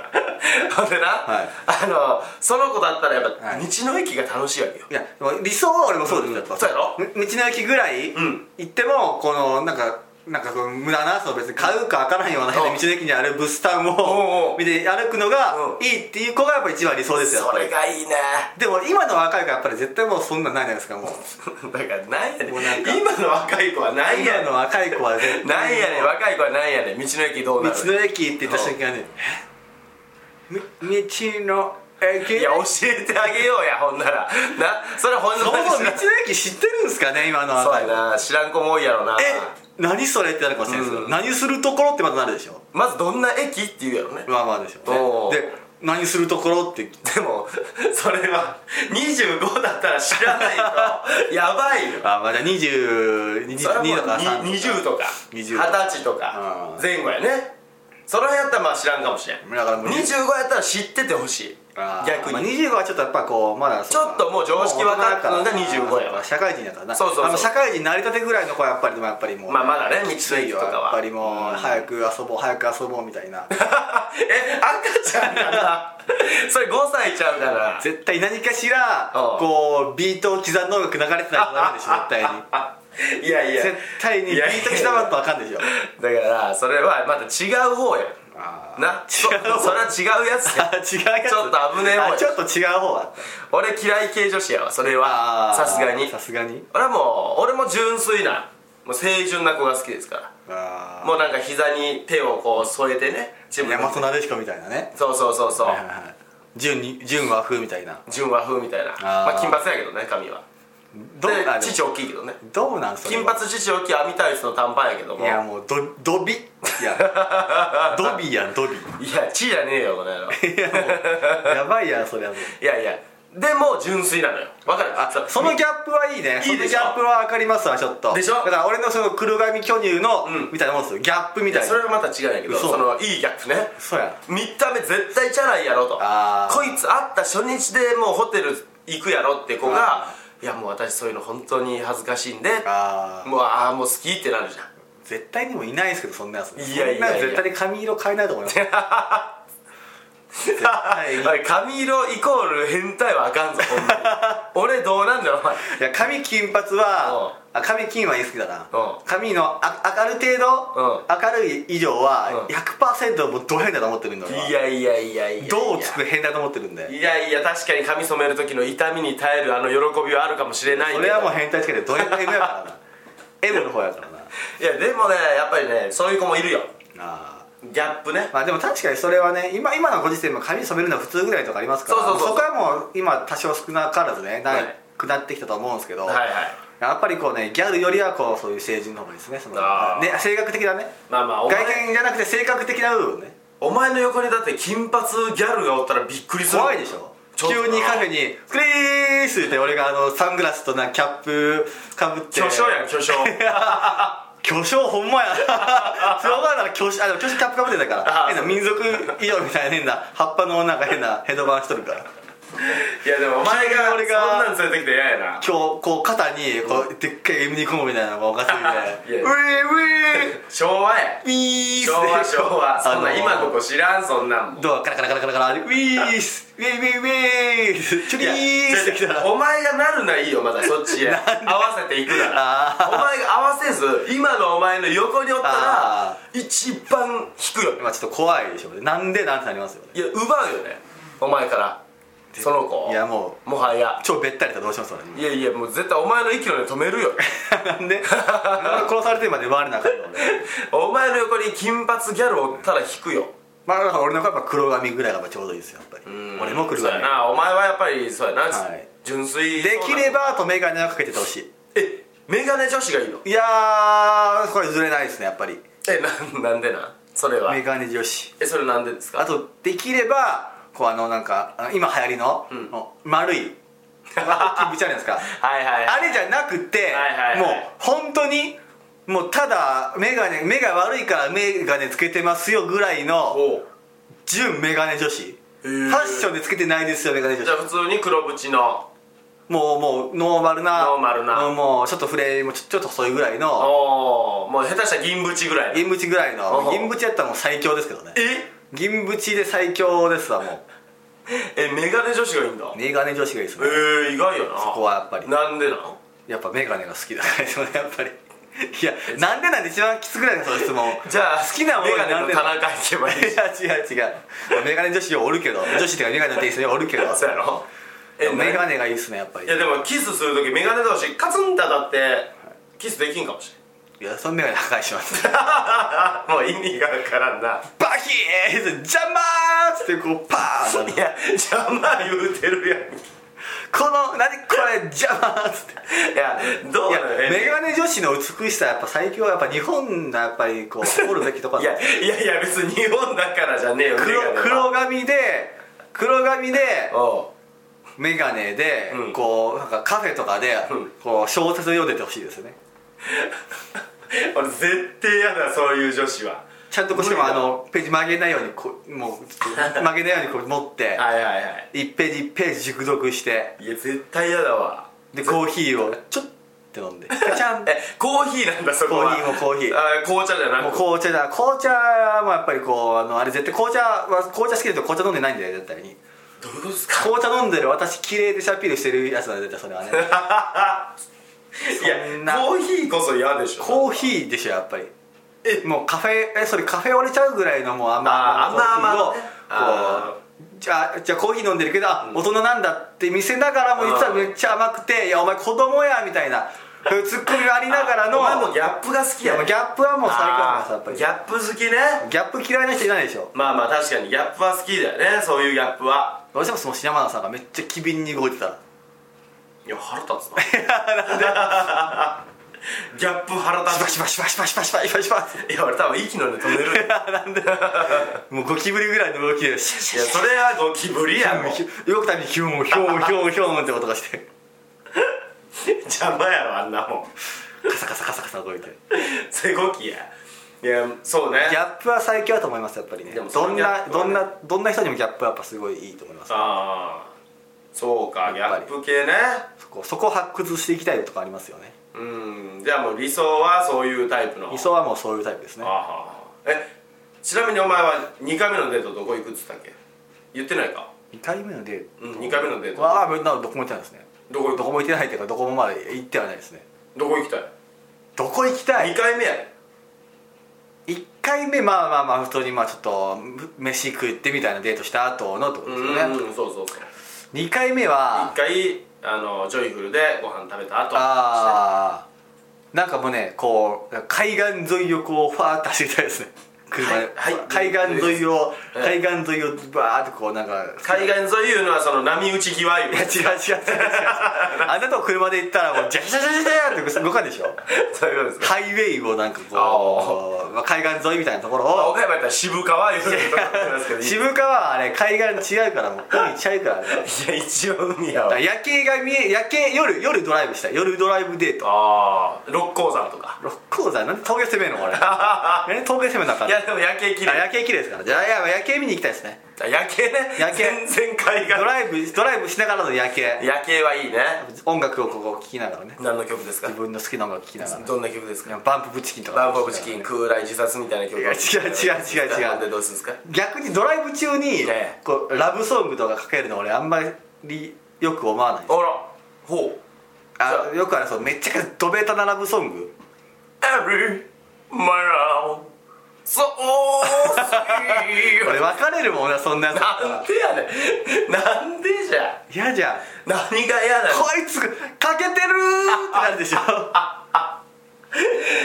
Speaker 1: ほんでな、
Speaker 2: はい
Speaker 1: あのその子だったらやっぱ、
Speaker 2: はい
Speaker 1: 道の駅が楽しいわけよ
Speaker 2: いやでも理想は俺もそうですやっぱ
Speaker 1: そうやろ
Speaker 2: み道の駅ぐらい
Speaker 1: ん
Speaker 2: 行ってもこのなんかなんかこの無駄なその別に買うか開かないような道
Speaker 1: う
Speaker 2: の
Speaker 1: ん
Speaker 2: 駅にあるブスタン
Speaker 1: うんう
Speaker 2: を
Speaker 1: ん
Speaker 2: 見て歩くのが
Speaker 1: うん
Speaker 2: いいっていう子がやっぱ一番理想ですよやっ
Speaker 1: そ
Speaker 2: ぱり
Speaker 1: れがいいね
Speaker 2: でも今の若い子はやっぱり絶対もうそんなんないじゃないですかもう
Speaker 1: だからなんやね
Speaker 2: もうなんか
Speaker 1: ん今の若い子はなんや
Speaker 2: 今
Speaker 1: ねん
Speaker 2: の若い子は絶対
Speaker 1: なんやねん若い子はなんやねん道の駅どう
Speaker 2: 道
Speaker 1: なる
Speaker 2: の駅って言った瞬間に「えみ道の駅」
Speaker 1: いや教えてあげようやほんならなそれほん
Speaker 2: そもそも道の
Speaker 1: 知
Speaker 2: 駅知ってるんですかね今の
Speaker 1: らんそう
Speaker 2: 若い
Speaker 1: や
Speaker 2: 子
Speaker 1: な知らん子も多いやろな
Speaker 2: え何それってなるかもしれないですけど、
Speaker 1: う
Speaker 2: 何するところってまたなるでしょ
Speaker 1: まずどんな駅って言うやろね
Speaker 2: まあまあでし
Speaker 1: お
Speaker 2: ょ
Speaker 1: う
Speaker 2: うねで何するところって
Speaker 1: でもそれは25だったら知らないとやばいよ
Speaker 2: あまあじゃあ22
Speaker 1: それはもう
Speaker 2: とか3
Speaker 1: 20とか二十
Speaker 2: 20
Speaker 1: 歳とか
Speaker 2: うん
Speaker 1: 前後やねその辺やったらまあ知らんかもしれん25
Speaker 2: だからもう
Speaker 1: やったら知っててほしい
Speaker 2: あー
Speaker 1: 逆
Speaker 2: まあ、
Speaker 1: に
Speaker 2: 25はちょっとやっぱこうまだ
Speaker 1: ちょっともう常識分かったのが25やわ
Speaker 2: わ社会人だからな
Speaker 1: そうそうそう
Speaker 2: あの社会人になりたてぐらいの子はやっぱりでもやっぱりもう、
Speaker 1: まあまだね道の
Speaker 2: きつい
Speaker 1: 駅
Speaker 2: よ
Speaker 1: とかは
Speaker 2: やっぱりもう早く遊ぼう早く遊ぼうみたい な
Speaker 1: え赤ちゃんかな それ5歳ちゃうかな
Speaker 2: 絶対何かしら
Speaker 1: うん
Speaker 2: こうビートを刻んだ音楽流れてないとダメでしょ絶対に
Speaker 1: いやいや
Speaker 2: 絶対にビート刻まんとあかんでしょ
Speaker 1: だからそれはまた違う方や
Speaker 2: あー
Speaker 1: なそ
Speaker 2: 違う方
Speaker 1: それは違うやつや
Speaker 2: あ違うやつ
Speaker 1: ちょっと危ねえ方
Speaker 2: あちょっと違う方だった
Speaker 1: 俺嫌い系女子やわそれ
Speaker 2: あ
Speaker 1: は
Speaker 2: ー
Speaker 1: さすがに
Speaker 2: さすがに
Speaker 1: 俺はもう俺も純粋なもう清純な子が好きですから
Speaker 2: あ
Speaker 1: もうなんか膝に手をこう添えてね自
Speaker 2: あ
Speaker 1: 分
Speaker 2: 大
Speaker 1: の
Speaker 2: 和なでしこみたいなね
Speaker 1: そうそうそうそう
Speaker 2: はいはいはい純に純和風みたいな
Speaker 1: 純和風みたいなまあ金髪やけどね髪は
Speaker 2: どうあで
Speaker 1: で
Speaker 2: も
Speaker 1: 父大きいけどね
Speaker 2: どうなんそれは
Speaker 1: 金髪父大きい網タイツの短パンやけども
Speaker 2: いやもうどドビいや ドビやんドビ
Speaker 1: いや、地じゃねえよ、この 野郎。
Speaker 2: いやもうやばいやんそれはもう
Speaker 1: いやいや、でも純粋なのよ。わかるあ、
Speaker 2: そのギャップはいいね
Speaker 1: いい
Speaker 2: そ
Speaker 1: で
Speaker 2: の
Speaker 1: し
Speaker 2: ギ
Speaker 1: ょ
Speaker 2: ャップは分かりますわちょっと
Speaker 1: でしょ
Speaker 2: だから俺のその黒髪巨乳の、
Speaker 1: うん
Speaker 2: みたいなもんですよギャップみたいな
Speaker 1: それはまた違うんやけど、
Speaker 2: 嘘
Speaker 1: その、いいギャップね。
Speaker 2: そうや
Speaker 1: 見た目絶対チャラいやろと。
Speaker 2: あー
Speaker 1: こいつ会った初日でもうホテル行くやろって子が
Speaker 2: あ、
Speaker 1: いや、もう私そういうの本当に恥ずかしいんで、
Speaker 2: あー
Speaker 1: もう、ああ、もう好きってなるじゃん。
Speaker 2: 絶対にもいないですけどそんなやつ
Speaker 1: いやいやいや
Speaker 2: そんな絶対に髪色変えないと思います絶対に
Speaker 1: おい髪色イコール変態はあかんぞ、ほんまに俺どうなんだよお前
Speaker 2: いや髪金髪はあ髪金は言い過ぎだな
Speaker 1: うん
Speaker 2: 髪のあある程度明るい以上は
Speaker 1: うん
Speaker 2: 100%もうド変だと思ってるんだ俺はい
Speaker 1: やいやいやいや
Speaker 2: どうつく変だと思ってるんで
Speaker 1: いやいや確かに髪染める時の痛みに耐えるあの喜びはあるかもしれないけど
Speaker 2: それはもう変態つけてど ういう変やからな M の方やからない
Speaker 1: やでもねやっぱりねそういう子もいるよ
Speaker 2: あ
Speaker 1: ギャップね
Speaker 2: ーまあでも確かにそれはね今今のご時世も髪染めるのは普通ぐらいとかありますから
Speaker 1: そうそうそう
Speaker 2: こはもう今多少少なからずねな
Speaker 1: はい
Speaker 2: くなってきたと思うんですけど、
Speaker 1: はいはい
Speaker 2: やっぱりこうねギャルよりはこうそういう成人の方がいいですねその
Speaker 1: あー
Speaker 2: ね性格的なね
Speaker 1: まあまあお
Speaker 2: 外
Speaker 1: 前
Speaker 2: 見じゃなくて性格的な部分ね
Speaker 1: お前の横にだって金髪ギャルがおったらびっくりする
Speaker 2: 怖いでしょ
Speaker 1: ちょっとな
Speaker 2: 急にカフェに「クリース!」って俺があのサングラスとなキャップかぶって
Speaker 1: 巨匠やん 巨匠
Speaker 2: 巨匠ほん まやその前なら巨匠あでも巨匠キャップかぶってたから
Speaker 1: あ
Speaker 2: 変な民族医療みたいな変な葉っぱのなんか変なヘッドバンしとるから
Speaker 1: いやでもお前が
Speaker 2: 俺が
Speaker 1: そんなん連れてきて嫌やな
Speaker 2: 今日こう肩にこうでっかい M ニコムみたいなのがおかしい
Speaker 1: いや
Speaker 2: で「
Speaker 1: い
Speaker 2: ウ
Speaker 1: や
Speaker 2: ェーウェー
Speaker 1: 昭和や
Speaker 2: ウィース!」
Speaker 1: 昭和昭和そん
Speaker 2: あ
Speaker 1: な
Speaker 2: の
Speaker 1: 今ここ知らんそんなんも
Speaker 2: ドアカラカラカラカラカラウィースウェイウェイウェイチュ
Speaker 1: い
Speaker 2: リ
Speaker 1: や
Speaker 2: ースってきたら
Speaker 1: お前がなる ならいいよまだそっちへ合わせていくなら
Speaker 2: あー
Speaker 1: お前が合わせず今のお前の横におったら
Speaker 2: あ
Speaker 1: 一番引くよ
Speaker 2: まあちょっと怖いでしょうねなんでなんてなりますよね
Speaker 1: いや奪うよねお前からその子を
Speaker 2: いやも
Speaker 1: もはや
Speaker 2: 超べったりとどうしますそれ
Speaker 1: いやいやもう絶対お前の息の根止めるよ
Speaker 2: なんで殺されてるまで奪われなあかったの俺
Speaker 1: お前の横に金髪ギャルおったら引くよ
Speaker 2: まあだから俺の方がやっぱ黒髪ぐらいがやっぱちょうどいいですよやっぱり俺も黒
Speaker 1: そうや
Speaker 2: 髪
Speaker 1: なお前はやっぱりそうやな、
Speaker 2: はい
Speaker 1: 純粋
Speaker 2: できれ
Speaker 1: ば
Speaker 2: ばあとメガネをかけててほし
Speaker 1: えメガネ女子がいいの
Speaker 2: いいやーこれ譲れないですねやっぱり
Speaker 1: えなんなんでなそれは
Speaker 2: メガネ女子
Speaker 1: えそれなんでですか
Speaker 2: あとできればこうあのなんかあの今流行りの、
Speaker 1: ん
Speaker 2: 丸い大きいブチャあるじゃないですか
Speaker 1: はいはい
Speaker 2: あれじゃなくて、
Speaker 1: はいはいはい
Speaker 2: もう本当にもうただ眼鏡目が悪いから眼鏡つけてますよぐらいの
Speaker 1: おう
Speaker 2: 純眼鏡女子フ
Speaker 1: ー
Speaker 2: ァッションでつけてないですよ眼鏡女
Speaker 1: じゃあ
Speaker 2: 子
Speaker 1: 普通に黒縁の
Speaker 2: もうもうノーマルな
Speaker 1: ノーマルな
Speaker 2: もうちょっとフレームもちょちょっと細いぐらいの
Speaker 1: おおもう下手したら銀縁ぐらい
Speaker 2: 銀縁ぐらい
Speaker 1: お
Speaker 2: の
Speaker 1: う
Speaker 2: 銀縁やったらもう最強ですけどね
Speaker 1: え
Speaker 2: 銀縁で最強ですわも
Speaker 1: えメガネ女子がいいんだ
Speaker 2: う眼鏡女子がいいです
Speaker 1: え
Speaker 2: ね
Speaker 1: ー、意外よなそ
Speaker 2: こはやっぱり
Speaker 1: なんでなの
Speaker 2: やっぱ眼鏡が好きだからですよねやっぱりいやなんでなんで一番きつくないのその質問
Speaker 1: じゃあ
Speaker 2: 好きなもの
Speaker 1: メ
Speaker 2: に
Speaker 1: ガネ
Speaker 2: な
Speaker 1: の
Speaker 2: んで
Speaker 1: 田中行けばいい
Speaker 2: いや違う違うメガネ女子おるけど女子っていうかメガネの店員おるけど
Speaker 1: そうやろえ
Speaker 2: メガ
Speaker 1: ネ
Speaker 2: ネがいいっすねやっぱり
Speaker 1: いやでもキスするときメガネ同士カツンって当たってキスできんかもし
Speaker 2: いやそのメガネ破壊します
Speaker 1: れん もう意味がわからんな
Speaker 2: バキーンジャンマーっつってこうパーン
Speaker 1: いや邪魔言うてるやん
Speaker 2: この何これジャンマーっつって
Speaker 1: いやどう
Speaker 2: い
Speaker 1: な
Speaker 2: や
Speaker 1: の
Speaker 2: メガネ女子の美しさやっぱ最強はやっぱ日本がやっぱり こう誇るべきとこ
Speaker 1: い
Speaker 2: だ
Speaker 1: やいやいや別に日本だからじゃねえよ
Speaker 2: 黒
Speaker 1: メガネは
Speaker 2: 黒髪で黒髪で
Speaker 1: おう
Speaker 2: メガネで
Speaker 1: うん
Speaker 2: こうなんかカフェとかで
Speaker 1: うん
Speaker 2: こう小説読んでてほしいですよね
Speaker 1: 俺絶対嫌だそういう女子は
Speaker 2: ちゃんとこっちも
Speaker 1: 無理
Speaker 2: あ
Speaker 1: だ
Speaker 2: のページ曲げないようにこうもう曲げないようにこう持って
Speaker 1: はいはいはい
Speaker 2: 一ページ一ページ熟読して
Speaker 1: いや絶対嫌だわ
Speaker 2: でコーヒーをちょっって飲ん でガチャンって
Speaker 1: えコーヒーなんだそこ
Speaker 2: コ
Speaker 1: は
Speaker 2: ーヒーもコーヒー
Speaker 1: あ紅茶じゃな
Speaker 2: もう
Speaker 1: く
Speaker 2: 紅茶だ紅茶もやっぱりこうあのあれ絶対紅茶は紅茶好きだと紅茶飲んでないんだよ絶対に
Speaker 1: どういうことですか
Speaker 2: 紅茶飲んでる私綺麗でシャッピールしてるやつなんだ絶対それはね
Speaker 1: いや
Speaker 2: そんな
Speaker 1: コーヒーこそ嫌でしょ
Speaker 2: コーヒーでしょやっぱり
Speaker 1: え
Speaker 2: もうカフェえそれカフェ折れちゃうぐらいのもう甘々のコーヒー
Speaker 1: あ
Speaker 2: をこうじゃあじゃあコーヒー飲んでるけど、あ大人なんだって見せながらも実はめっちゃ甘くて「いやお前子供や」みたいなそういうツッコミがありながらの
Speaker 1: お前もギャップが好
Speaker 2: い
Speaker 1: き
Speaker 2: や
Speaker 1: や
Speaker 2: もうギ
Speaker 1: ッ
Speaker 2: ャップはもう最高なんですやっぱり
Speaker 1: ギャップ好きね
Speaker 2: ギャップ嫌いな人いないでしょ
Speaker 1: まあまあ確かにギャップは好きだよねそういうギャップは
Speaker 2: どうしてもその品物さんがめっちゃ機敏に動いてたら
Speaker 1: いや腹立つ なギャップ腹立
Speaker 2: シュパシュパシュパシュパシュパシュパシュパシュパ
Speaker 1: ついや俺多分息の根 止めるよいや
Speaker 2: もうゴキブリぐらいの動きでシャシャシャ
Speaker 1: それはゴキブ リやもん
Speaker 2: シャ動くたびにヒュンヒュンヒュンヒュンって音がして
Speaker 1: 邪魔やろあんなもん
Speaker 2: カサカサカサカサ動いて
Speaker 1: 背ゴキやいやそうね
Speaker 2: ギャップは最強だと思いますやっぱりね
Speaker 1: でも
Speaker 2: どんな、
Speaker 1: そのギャップ
Speaker 2: ど
Speaker 1: は
Speaker 2: ん
Speaker 1: ね
Speaker 2: などんな人にもギャップはやっぱすごいいいと思います
Speaker 1: ああそうかギ
Speaker 2: やっぱ
Speaker 1: ャッ
Speaker 2: り
Speaker 1: プ系ね
Speaker 2: そこそこ発掘していきたいとかありますよね
Speaker 1: うんじゃあもう理想はそういうタイプの
Speaker 2: 理想はもうそういうタイプですね
Speaker 1: ああえちなみにお前は2回目のデートどこ行くっつったっけ言ってないか
Speaker 2: 2回目のデート
Speaker 1: うん2回目のデート
Speaker 2: わあなんかどこも行ってないですね
Speaker 1: どこ行く
Speaker 2: どこも行ってないっていうかどこもまだ行ってはないですね
Speaker 1: どこ行きたい
Speaker 2: どこ行きたい
Speaker 1: 2回目やね
Speaker 2: 1回目まあまあまあ普通にまあちょっと飯食ってみたいなデートした後のってことですよね
Speaker 1: うんそうそうそう
Speaker 2: 2回目は
Speaker 1: 一回あのジョイフルでご飯食べた後
Speaker 2: ああなんかもうねこう海岸沿いをこうファーッと走りたいですね車で、
Speaker 1: はいはい
Speaker 2: 海岸沿いを、
Speaker 1: は
Speaker 2: 海
Speaker 1: い
Speaker 2: 岸沿いをバーッとこうなんか
Speaker 1: 海岸沿いいうのはその波打ち際いう
Speaker 2: いや違う違う違う違う違うあなたを車で行ったらもうジャシャシャシャシャって動かんでしょ
Speaker 1: そういうことですか
Speaker 2: ハイウェイをなんかこう、まあ、海岸沿いみたいなところを
Speaker 1: 岡山やったら渋川いうの ですけど
Speaker 2: 渋川はあれ海岸違うからもう海ちゃうからね
Speaker 1: いや一応海や
Speaker 2: だか
Speaker 1: わ
Speaker 2: ら夜景が見え夜景夜夜ドライブしたい夜ドライブデート
Speaker 1: ああ六甲山とか
Speaker 2: 六甲山なんで峠攻めん のこれなんで峠攻めなあかん
Speaker 1: い
Speaker 2: の
Speaker 1: やでも夜景綺
Speaker 2: あ
Speaker 1: 麗
Speaker 2: 夜景綺麗ですからじゃあいや夜景見に行きたいですね
Speaker 1: あ夜景ね
Speaker 2: 夜景
Speaker 1: 全然海岸
Speaker 2: ドライブドライブしながらの夜景
Speaker 1: 夜景はいいね
Speaker 2: 音楽をここ聴きながらね
Speaker 1: 何の曲ですか
Speaker 2: 自分の好きな音楽聴きながら、ね、
Speaker 1: どんな曲ですか
Speaker 2: バンプブチキンとか
Speaker 1: バンフォブチキン空来自殺みたいな曲
Speaker 2: や違う違う違う違う
Speaker 1: なんでどうするんですか
Speaker 2: 逆にドライブ中に
Speaker 1: ええ
Speaker 2: こうラブソングとかかけるの俺あんまりよく思わない
Speaker 1: あらほう
Speaker 2: あよくあるそうめっちゃドベタなラブソング
Speaker 1: Every my love so sweet
Speaker 2: 俺別れるもんなそんなやつ
Speaker 1: なんでやねんなんでじゃ
Speaker 2: 嫌じゃん
Speaker 1: 何が嫌だよ
Speaker 2: こいつかけてるーってなるでしょ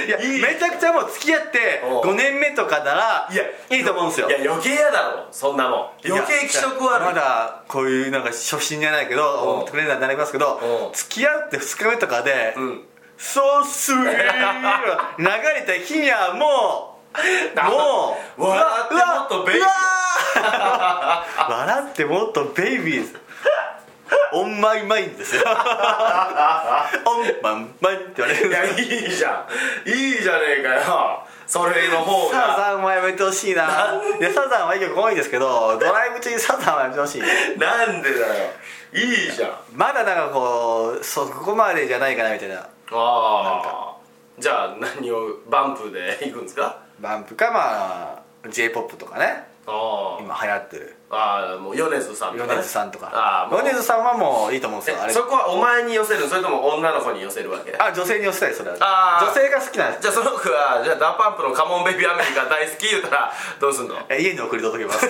Speaker 2: いや
Speaker 1: いい
Speaker 2: めちゃくちゃもう付き合って
Speaker 1: おう
Speaker 2: 5年目とかなら
Speaker 1: いや
Speaker 2: いいと思うんですよ
Speaker 1: いや余計嫌だろそんなもん
Speaker 2: いや
Speaker 1: 余計気色悪い
Speaker 2: まだこういうなんか初心じゃないけ
Speaker 1: お
Speaker 2: ど
Speaker 1: う
Speaker 2: トレーナーになりますけど
Speaker 1: おう
Speaker 2: 付き合って2日目とかで
Speaker 1: うん
Speaker 2: 「そう すー」流れた日にはもうもう
Speaker 1: 笑って
Speaker 2: うわ
Speaker 1: もっとベイビー
Speaker 2: うわうわ笑ってもっとベイビーズオンマイマイン ですよオンマンマインって言われるん
Speaker 1: い
Speaker 2: です
Speaker 1: や
Speaker 2: よ
Speaker 1: いいじゃんいいじゃねえかよそれの方
Speaker 2: サ
Speaker 1: が
Speaker 2: ザンはやめてほしいな
Speaker 1: なん
Speaker 2: いやサザンはいい曲多いんですけどドライブ中にサザンはやめてほしい
Speaker 1: なんでだよいいじゃん
Speaker 2: まだなんかこうそこまでじゃないかなみたいな
Speaker 1: ああじゃあ何をバンプで行くんですか
Speaker 2: バンプかまあ j p o p とかね
Speaker 1: あー
Speaker 2: 今流行ってる
Speaker 1: あーもう米津さん
Speaker 2: 米
Speaker 1: ね
Speaker 2: 津さんと
Speaker 1: あ
Speaker 2: か
Speaker 1: あもう
Speaker 2: 米津さんはもういいと思うんですよあ
Speaker 1: え
Speaker 2: れ
Speaker 1: そこはお前に寄せるそれとも女の子に寄せるわけ
Speaker 2: あ女性に寄せたいそれは
Speaker 1: あー
Speaker 2: 女性が好きなんです
Speaker 1: じゃあその子はじゃあダパンプの「カモンベイビーアメリカ大好き」言うたらどうすんの
Speaker 2: え家に送り届け ます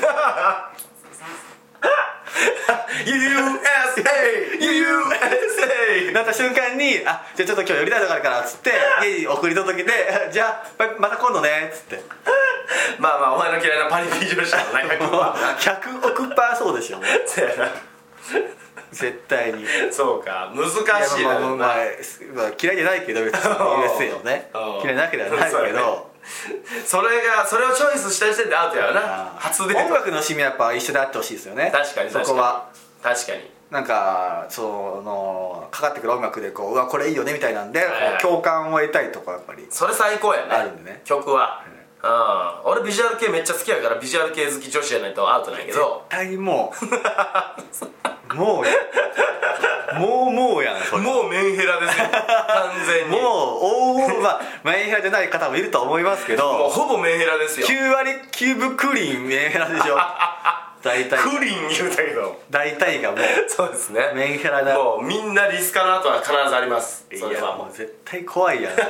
Speaker 1: USA! USA!
Speaker 2: なった瞬間に「あじゃあちょっと今日寄りたいとこあるから」っつって家に送り届けて 「じゃあままた今度ね」っつって
Speaker 1: まあまあお前の嫌いなパリピ女子の内 閣
Speaker 2: もう
Speaker 1: は
Speaker 2: 100億パーそうですよもう
Speaker 1: そうやな
Speaker 2: 絶対に
Speaker 1: そうか難しい
Speaker 2: いや
Speaker 1: な
Speaker 2: まあまあまあまあ嫌いじゃないけど 別に USA をね
Speaker 1: うん
Speaker 2: 嫌いなわけではない
Speaker 1: そう
Speaker 2: け
Speaker 1: やね
Speaker 2: ど
Speaker 1: それがそれをチョイスした時点でアウトやわな
Speaker 2: あー
Speaker 1: 初デー
Speaker 2: 音
Speaker 1: ト
Speaker 2: 楽の趣味はやっぱ一緒であってほしいですよね
Speaker 1: 確かに
Speaker 2: そ
Speaker 1: 確かに
Speaker 2: こは
Speaker 1: 確かに
Speaker 2: なんかそのかかってくる音楽でこううわこれいいよねみたいなんで、
Speaker 1: はいはい
Speaker 2: こう共感を得たいとかやっぱり
Speaker 1: それ最高やね
Speaker 2: あるんでね
Speaker 1: 曲は、うん、俺ビジュアル系めっちゃ好きやからビジュアル系好き女子やないとアウトないけど
Speaker 2: 絶対にもうもうもうもうやんそれ
Speaker 1: もうメンヘラ ですよ完全に
Speaker 2: もう大まあメンヘラじゃない方もいると思いますけ
Speaker 1: もう
Speaker 2: ど
Speaker 1: ほぼメンヘラですよ
Speaker 2: 9割9分クリーンメンヘラで しょ大体
Speaker 1: クリン言うたけど
Speaker 2: 大体がもう
Speaker 1: そうですね
Speaker 2: メンヘラだ
Speaker 1: もうみんなリスカの後は必ずあります
Speaker 2: い
Speaker 1: それ
Speaker 2: や
Speaker 1: は
Speaker 2: も
Speaker 1: も
Speaker 2: う絶対怖 いやん絶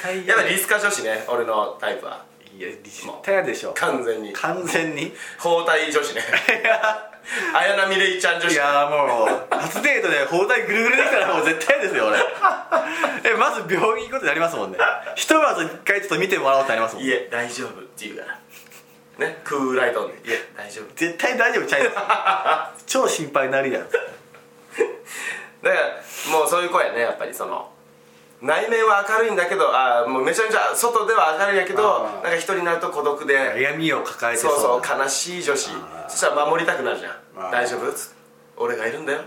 Speaker 2: 対
Speaker 1: う
Speaker 2: 嫌
Speaker 1: やっ
Speaker 2: だ
Speaker 1: ぱりリスカ女子ね俺のタイプはい
Speaker 2: や絶対嫌でしょ
Speaker 1: 完全に
Speaker 2: 完全に
Speaker 1: 包帯女子 ね綾波レイちゃん女
Speaker 2: い
Speaker 1: 子
Speaker 2: やーもう初デートで包帯ぐるぐるできたらもう絶対ですよ俺えまず病院行くことになりますもんねひとまず一回ちょっと見てもらおうってなりますもん
Speaker 1: いえ大丈夫って言うからねクーライトンでいえ大丈夫
Speaker 2: 絶対大丈夫ちゃいます超心配になるやん
Speaker 1: だからもうそういう子やねやっぱりその内面は明るいんだけどあーもうめちゃめちゃ外では明るいんやけど
Speaker 2: あー
Speaker 1: なんか一人になると孤独で
Speaker 2: 悩みを抱えて
Speaker 1: そうそう
Speaker 2: な
Speaker 1: 悲しい女子そしたら守りたくなるじゃ
Speaker 2: あ
Speaker 1: ん
Speaker 2: ー
Speaker 1: 大丈夫つって俺がいるんだよ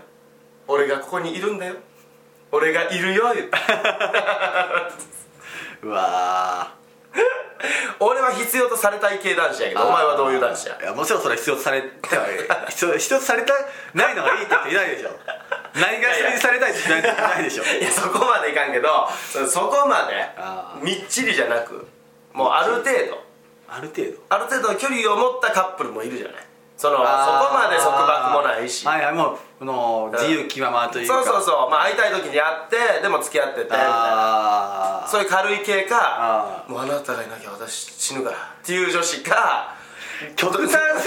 Speaker 1: 俺がここにいるんだよ俺がいるよ言って
Speaker 2: うわ
Speaker 1: 俺は必要とされたい系男子やけ
Speaker 2: ー
Speaker 1: どお前はどういう男子
Speaker 2: い
Speaker 1: や
Speaker 2: やもちろんそれは必要とされてはいる必要必要とされたないのがいいって人いないでしょないがしろにされたいって人いないでしょ
Speaker 1: いやそこまでいかんけどそそこま
Speaker 2: あ
Speaker 1: でみっちりじゃなくもうある程度
Speaker 2: ある程度
Speaker 1: ある程度の距離を持ったカップルもいるじゃないそのそこ
Speaker 2: あー
Speaker 1: まで束縛もないし
Speaker 2: はいはいもうこの自由気ままというか、
Speaker 1: そうそう
Speaker 2: う
Speaker 1: そう、まあ、会いたい時に会ってでも付き合っててみたいな
Speaker 2: ああ
Speaker 1: そういう軽い系か
Speaker 2: あ
Speaker 1: もうあなたがいなきゃ私死ぬからっていう女子か
Speaker 2: 極端すぎま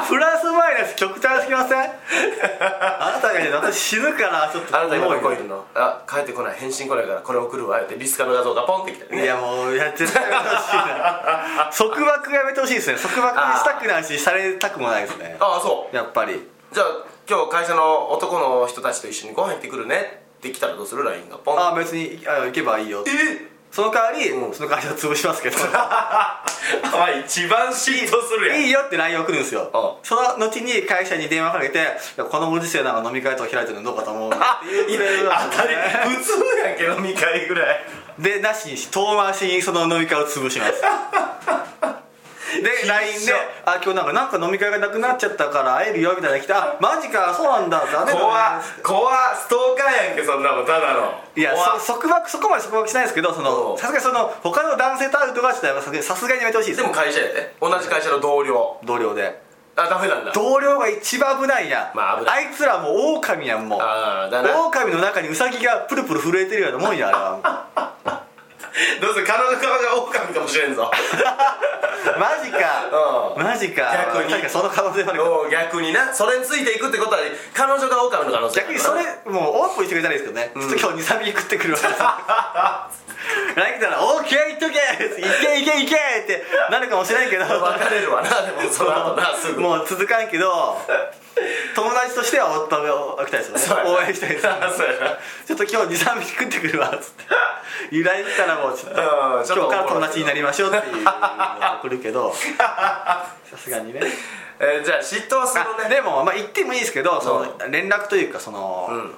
Speaker 2: せんプラスマイナス極端すぎませんあなたがいて私死ぬからちょっと
Speaker 1: あなた今ど
Speaker 2: 思
Speaker 1: こ
Speaker 2: う
Speaker 1: い
Speaker 2: よ
Speaker 1: るのあ帰ってこない返信来ないからこれ送るわってリスカの画像がポンってきて、
Speaker 2: いやもうやっちゃってほしいな束縛やめてほしいですね束縛したくないしされたくもないですね
Speaker 1: ああそう
Speaker 2: やっぱり
Speaker 1: じゃあ今日会社の男の人たちと一緒にご飯行ってくるねって来たらどうする LINE がポン
Speaker 2: ああ別にあ行けばいいよ
Speaker 1: え
Speaker 2: その代わり、
Speaker 1: うん
Speaker 2: その会社潰しますけど
Speaker 1: お前一番嫉妬す る
Speaker 2: いいよって LINE 送るんですよ
Speaker 1: あ
Speaker 2: その後に会社に電話かけていやこのご時世なんか飲み会とか開いてるのどうかと思うんだっていうクレームなんです
Speaker 1: 当た
Speaker 2: ね
Speaker 1: り普通やけど2回ぐ らい
Speaker 2: でなしにし遠回しにその飲み会を潰します で LINE で「あ今日なんかなんか飲み会がなくなっちゃったから会えるよ」みたいなの来て「あマジかそうなんだ残念
Speaker 1: 怖
Speaker 2: だ
Speaker 1: っ
Speaker 2: ね」
Speaker 1: 怖っストーカーやんけそんなもんただの
Speaker 2: いや
Speaker 1: 怖っ
Speaker 2: そ束縛そこまで束縛しないですけどそ
Speaker 1: うん
Speaker 2: のさすがにその他の男性と会うとかはちょっとさすがにやめてほしいです
Speaker 1: でも会社やで同じ会社の同僚
Speaker 2: 同僚で
Speaker 1: あダメなんだ
Speaker 2: 同僚が一番危ないやん、
Speaker 1: まあ危ない
Speaker 2: いつらもう狼やんもう
Speaker 1: ああだな
Speaker 2: 狼の中にウサギがプルプル震えてるようなもんやあれ は
Speaker 1: どうせ体の皮が狼かもしれんぞ
Speaker 2: マジか、
Speaker 1: うん
Speaker 2: マジか
Speaker 1: 逆に
Speaker 2: 確かその可能性もある
Speaker 1: おう逆になそれについていくってことは彼女が狼の可能性
Speaker 2: 逆にそれもうオープンしてくれたらいいですけどね、ちょっと今日23匹食ってくる わ来たら「オーケーいっとけ!」いけいけいけ!」ってなるかもしれんけど
Speaker 1: 別れるわなでも その後なすぐ
Speaker 2: もう続かんけど友達としては夫を置きたいですよね応援したいですよね
Speaker 1: そうやな
Speaker 2: ちょっと今日23匹食ってくるわっつって由来ったらもうちょっと
Speaker 1: うんちょっ
Speaker 2: 今
Speaker 1: と
Speaker 2: 日から友達になりましょうっていうのが送るけ どさすがにね
Speaker 1: えーじゃあ嫉妬はする
Speaker 2: あ
Speaker 1: ね
Speaker 2: でもまあ言ってもいいですけどその連絡というかその、
Speaker 1: ん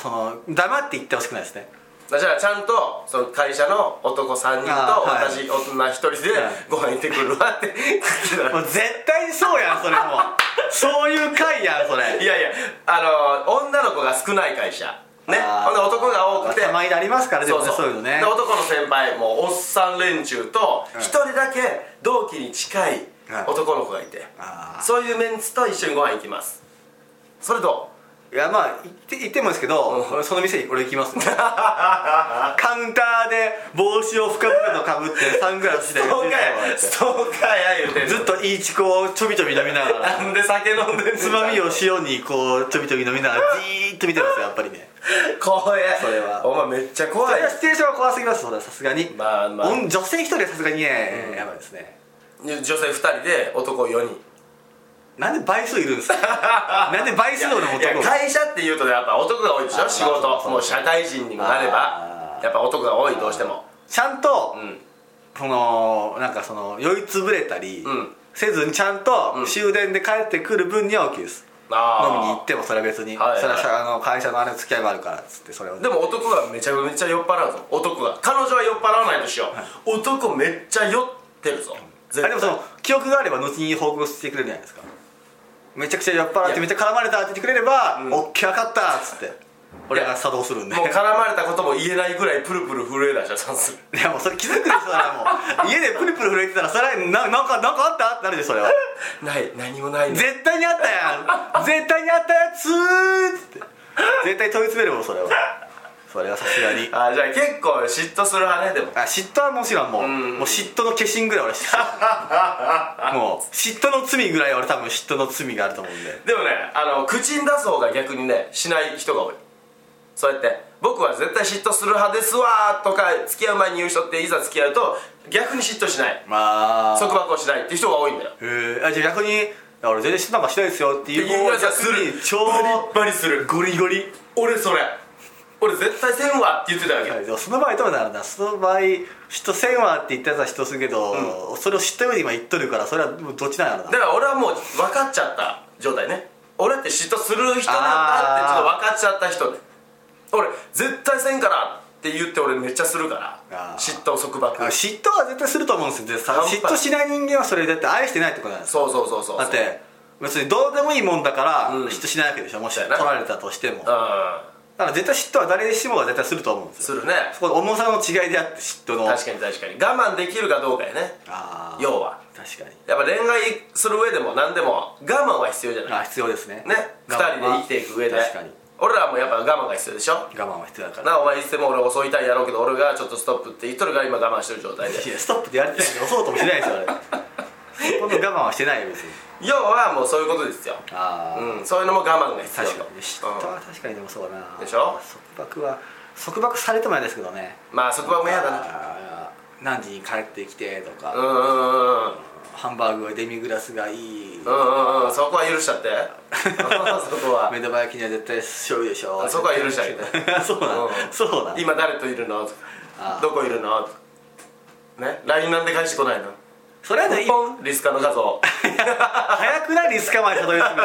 Speaker 2: その黙って言ってほしくないですね
Speaker 1: じゃあちゃんとその会社の男3人
Speaker 2: あ
Speaker 1: と
Speaker 2: ーはい
Speaker 1: 私大人1人で
Speaker 2: はい
Speaker 1: ご飯行ってくるわって
Speaker 2: もう絶対そうやん それもうそういう回やんそれ
Speaker 1: いやいやあのー女の子が少ない会社ね
Speaker 2: あー
Speaker 1: ほんで男が多くて
Speaker 2: たまにありますからでもねそういうのね
Speaker 1: で男の先輩もうおっさん連中と
Speaker 2: うん
Speaker 1: 一人だけ同期に近い
Speaker 2: はい
Speaker 1: 男の子がいて、
Speaker 2: あー
Speaker 1: そういうメンツと一緒にご飯行きますそれと
Speaker 2: いやまあ言って言ってもですけど、俺その店に俺行きますね カウンターで帽子を深々とかぶってサングラスして
Speaker 1: ストーカーやストーカーや言うてんの
Speaker 2: ずっといいチコをちょびちょび飲みながら
Speaker 1: なんで酒飲んでんの
Speaker 2: つまみを塩にこうちょびちょび飲みながらじーっと見てますよやっぱりね
Speaker 1: 怖え
Speaker 2: それは
Speaker 1: お前めっちゃ怖
Speaker 2: そ
Speaker 1: い
Speaker 2: れはシチュエーションは怖すぎますそれはさすがに
Speaker 1: まあまあ
Speaker 2: 女女性一人はさすがにね、やばいですね
Speaker 1: 女性2人で男4人
Speaker 2: なんで倍数いるん ですかなんで倍数の男
Speaker 1: いや
Speaker 2: が
Speaker 1: 会社っていうとやっぱ男が多いでし
Speaker 2: あ
Speaker 1: ょ
Speaker 2: ー
Speaker 1: 仕
Speaker 2: そうそ
Speaker 1: 事
Speaker 2: う
Speaker 1: もう社会人にもなれば
Speaker 2: あー
Speaker 1: やっぱ男が多いどうしても
Speaker 2: ちゃんと、
Speaker 1: うん
Speaker 2: そのなんかその酔いつぶれたり、
Speaker 1: うん
Speaker 2: せずにちゃんと
Speaker 1: うん
Speaker 2: 終電で帰ってくる分には OK です、
Speaker 1: あー
Speaker 2: 飲みに行ってもそれは別に、
Speaker 1: はいはい
Speaker 2: それは社あの会社のあれの付き合いもあるからっつってそれを
Speaker 1: でも男がめちゃめちゃ酔っ払うぞ男が彼女は酔っ払わないとしよう男めっちゃ酔ってるぞ絶
Speaker 2: あ
Speaker 1: 対
Speaker 2: でもその記憶があれば後に報告してくれるじゃないですかめちゃくちゃ酔っ払ってめっちゃ絡まれたって言ってくれれば
Speaker 1: う
Speaker 2: 「
Speaker 1: ん
Speaker 2: オッケー分かった」っつって俺が作動するんで
Speaker 1: もう絡まれたことも言えないぐらいプルプル震えだしたんする
Speaker 2: いやもうそれ気づくでしょそれは もう家でプルプル震えてたらそれはななんかなんかあったってなるでしょそれは
Speaker 1: ない何もないの
Speaker 2: 絶対にあったやん絶対にあったやつーっつって絶対問い詰めるもんそれはそれはさすがに
Speaker 1: あーじゃあ結構嫉妬する派ねでも
Speaker 2: あ嫉妬はもちろんもう,、
Speaker 1: ん
Speaker 2: もう嫉妬の化身ぐらい俺嫉妬もう嫉妬の罪ぐらい俺多分嫉妬の罪があると思うんで
Speaker 1: でもねあの口に出す方が逆にねしない人が多いそうやって僕は絶対嫉妬する派ですわーとか付き合う前に言う人っていざ付き合うと逆に嫉妬しない
Speaker 2: まあ
Speaker 1: 束縛をしないっていう人が多いんだよ
Speaker 2: へーあじゃあ逆に「俺全然嫉妬なんかしないですよ」っていう
Speaker 1: 言い
Speaker 2: 方
Speaker 1: な
Speaker 2: が
Speaker 1: さ
Speaker 2: 逆
Speaker 1: する
Speaker 2: に超
Speaker 1: バリバリする
Speaker 2: ゴリゴリ
Speaker 1: 俺それ俺絶対せんわって言ってたわけ、
Speaker 2: はいでもその場合どうなるんだその場合嫉妬せんわって言ったやつは嫉妬するけど、それを嫉妬より今言っとるからそれはもうどっちなんやろな
Speaker 1: だから俺はもう分かっちゃった状態ね俺って嫉妬する人なんだってちょっと分かっちゃった人で俺絶対せんからって言って俺めっちゃするから
Speaker 2: あー
Speaker 1: 嫉妬束縛
Speaker 2: あ嫉妬は絶対すると思うんですよでさ
Speaker 1: 半端
Speaker 2: 嫉妬しない人間はそれ絶対愛してないってことなんですよ
Speaker 1: そうそうそうそう
Speaker 2: だって別にどうでもいいもんだから
Speaker 1: うん
Speaker 2: 嫉妬しないわけでしょもし
Speaker 1: そうや
Speaker 2: 取
Speaker 1: な
Speaker 2: られたとしても
Speaker 1: うん
Speaker 2: だから絶対嫉妬は誰しもが絶対すると思うんです
Speaker 1: す
Speaker 2: よ
Speaker 1: るね
Speaker 2: そこの重さの違いであって嫉妬の
Speaker 1: 確かに確かに我慢できるかどうかやね
Speaker 2: あー
Speaker 1: 要は
Speaker 2: 確かに
Speaker 1: やっぱ恋愛する上でも何でも我慢は必要じゃない
Speaker 2: あ必要ですね
Speaker 1: ね二
Speaker 2: 我慢
Speaker 1: 人で
Speaker 2: は
Speaker 1: 生きていく上で
Speaker 2: 確かに
Speaker 1: 俺らもやっぱ我慢が必要でしょ
Speaker 2: 我慢は必要だから
Speaker 1: なお前いつでも俺遅いたいやろうけど俺がちょっとストップって言っとるから今我慢してる状態で
Speaker 2: いやストップでやりたいけどそうともしないです よあれそこの我慢はしてないよ別に
Speaker 1: 要はもうそういうことですよ
Speaker 2: ああ、
Speaker 1: うんそういうのも我慢が必要
Speaker 2: 確かにね嫉妬
Speaker 1: うん
Speaker 2: は確かにでもそうだな
Speaker 1: でしょ
Speaker 2: 束縛は束縛されても嫌ですけどね
Speaker 1: まあそこはもう嫌だな
Speaker 2: な何時に帰ってきてとか、
Speaker 1: うんうんうんうん
Speaker 2: ハンバーグはデミグラスがいい、
Speaker 1: うんうんうんそこは許しちゃって そこは
Speaker 2: 目玉焼きには絶対醤油でしょ
Speaker 1: あそこは許しちゃいね
Speaker 2: そうなの、
Speaker 1: うん
Speaker 2: そうなの
Speaker 1: 今誰といるのとか
Speaker 2: あー
Speaker 1: どこいるのとかね LINE なんで返してこないの
Speaker 2: それはね
Speaker 1: ポンリスカの画像
Speaker 2: 早くないリスカまでたどり着くの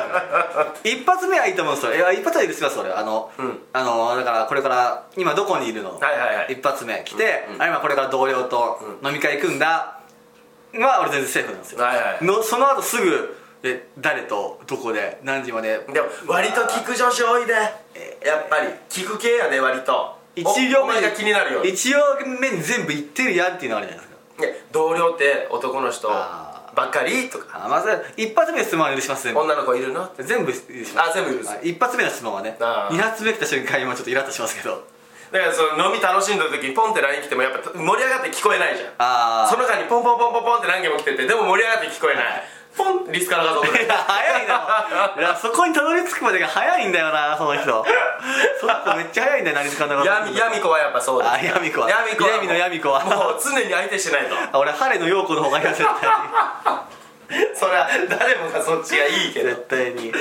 Speaker 2: 一発目はいいと思うんですよいや一発は許します俺あの、
Speaker 1: うん
Speaker 2: あのだからこれから今どこにいるの、
Speaker 1: はいはいはい
Speaker 2: 一発目来て、あ今これから同僚と飲み会行くんだは俺全然セーフなんですよ、
Speaker 1: はいはい
Speaker 2: のその後すぐえ誰とどこで何時まで
Speaker 1: でも割と聞く女子多いでやっぱり聞く系やね割と
Speaker 2: 一
Speaker 1: お
Speaker 2: 行
Speaker 1: お
Speaker 2: 目
Speaker 1: 前
Speaker 2: に
Speaker 1: が気になるよね
Speaker 2: 一行目に全部言ってるやんっていうのあるじゃないですか
Speaker 1: 同僚って男の人
Speaker 2: あ
Speaker 1: ばっかりとか
Speaker 2: あまず一発目の質問は許します全部
Speaker 1: 女の子いるの
Speaker 2: 全部許します
Speaker 1: あ全部許す
Speaker 2: はい一発目の質問はね
Speaker 1: あー
Speaker 2: 二発目来た瞬間今ちょっとイラッとしますけど
Speaker 1: だからその飲み楽しんでる時にポンって LINE 来てもやっぱ盛り上がって聞こえないじゃん
Speaker 2: あー
Speaker 1: その間にポンポンポンポンポンって何件も来ててでも盛り上がって聞こえないポンリスカの画像
Speaker 2: いや早いないやそこにたどり着くまでが早いんだよなその人その人めっちゃ早いんだよ何時間だから
Speaker 1: 闇闇子はやっぱそうだ
Speaker 2: あ闇子は
Speaker 1: 闇子は
Speaker 2: 闇の闇子は
Speaker 1: もう常に相手してないと
Speaker 2: あ俺晴れの陽子の方がいいよ絶
Speaker 1: そりゃ誰もがそっちがいいけ
Speaker 2: 対に
Speaker 1: ど
Speaker 2: 絶対に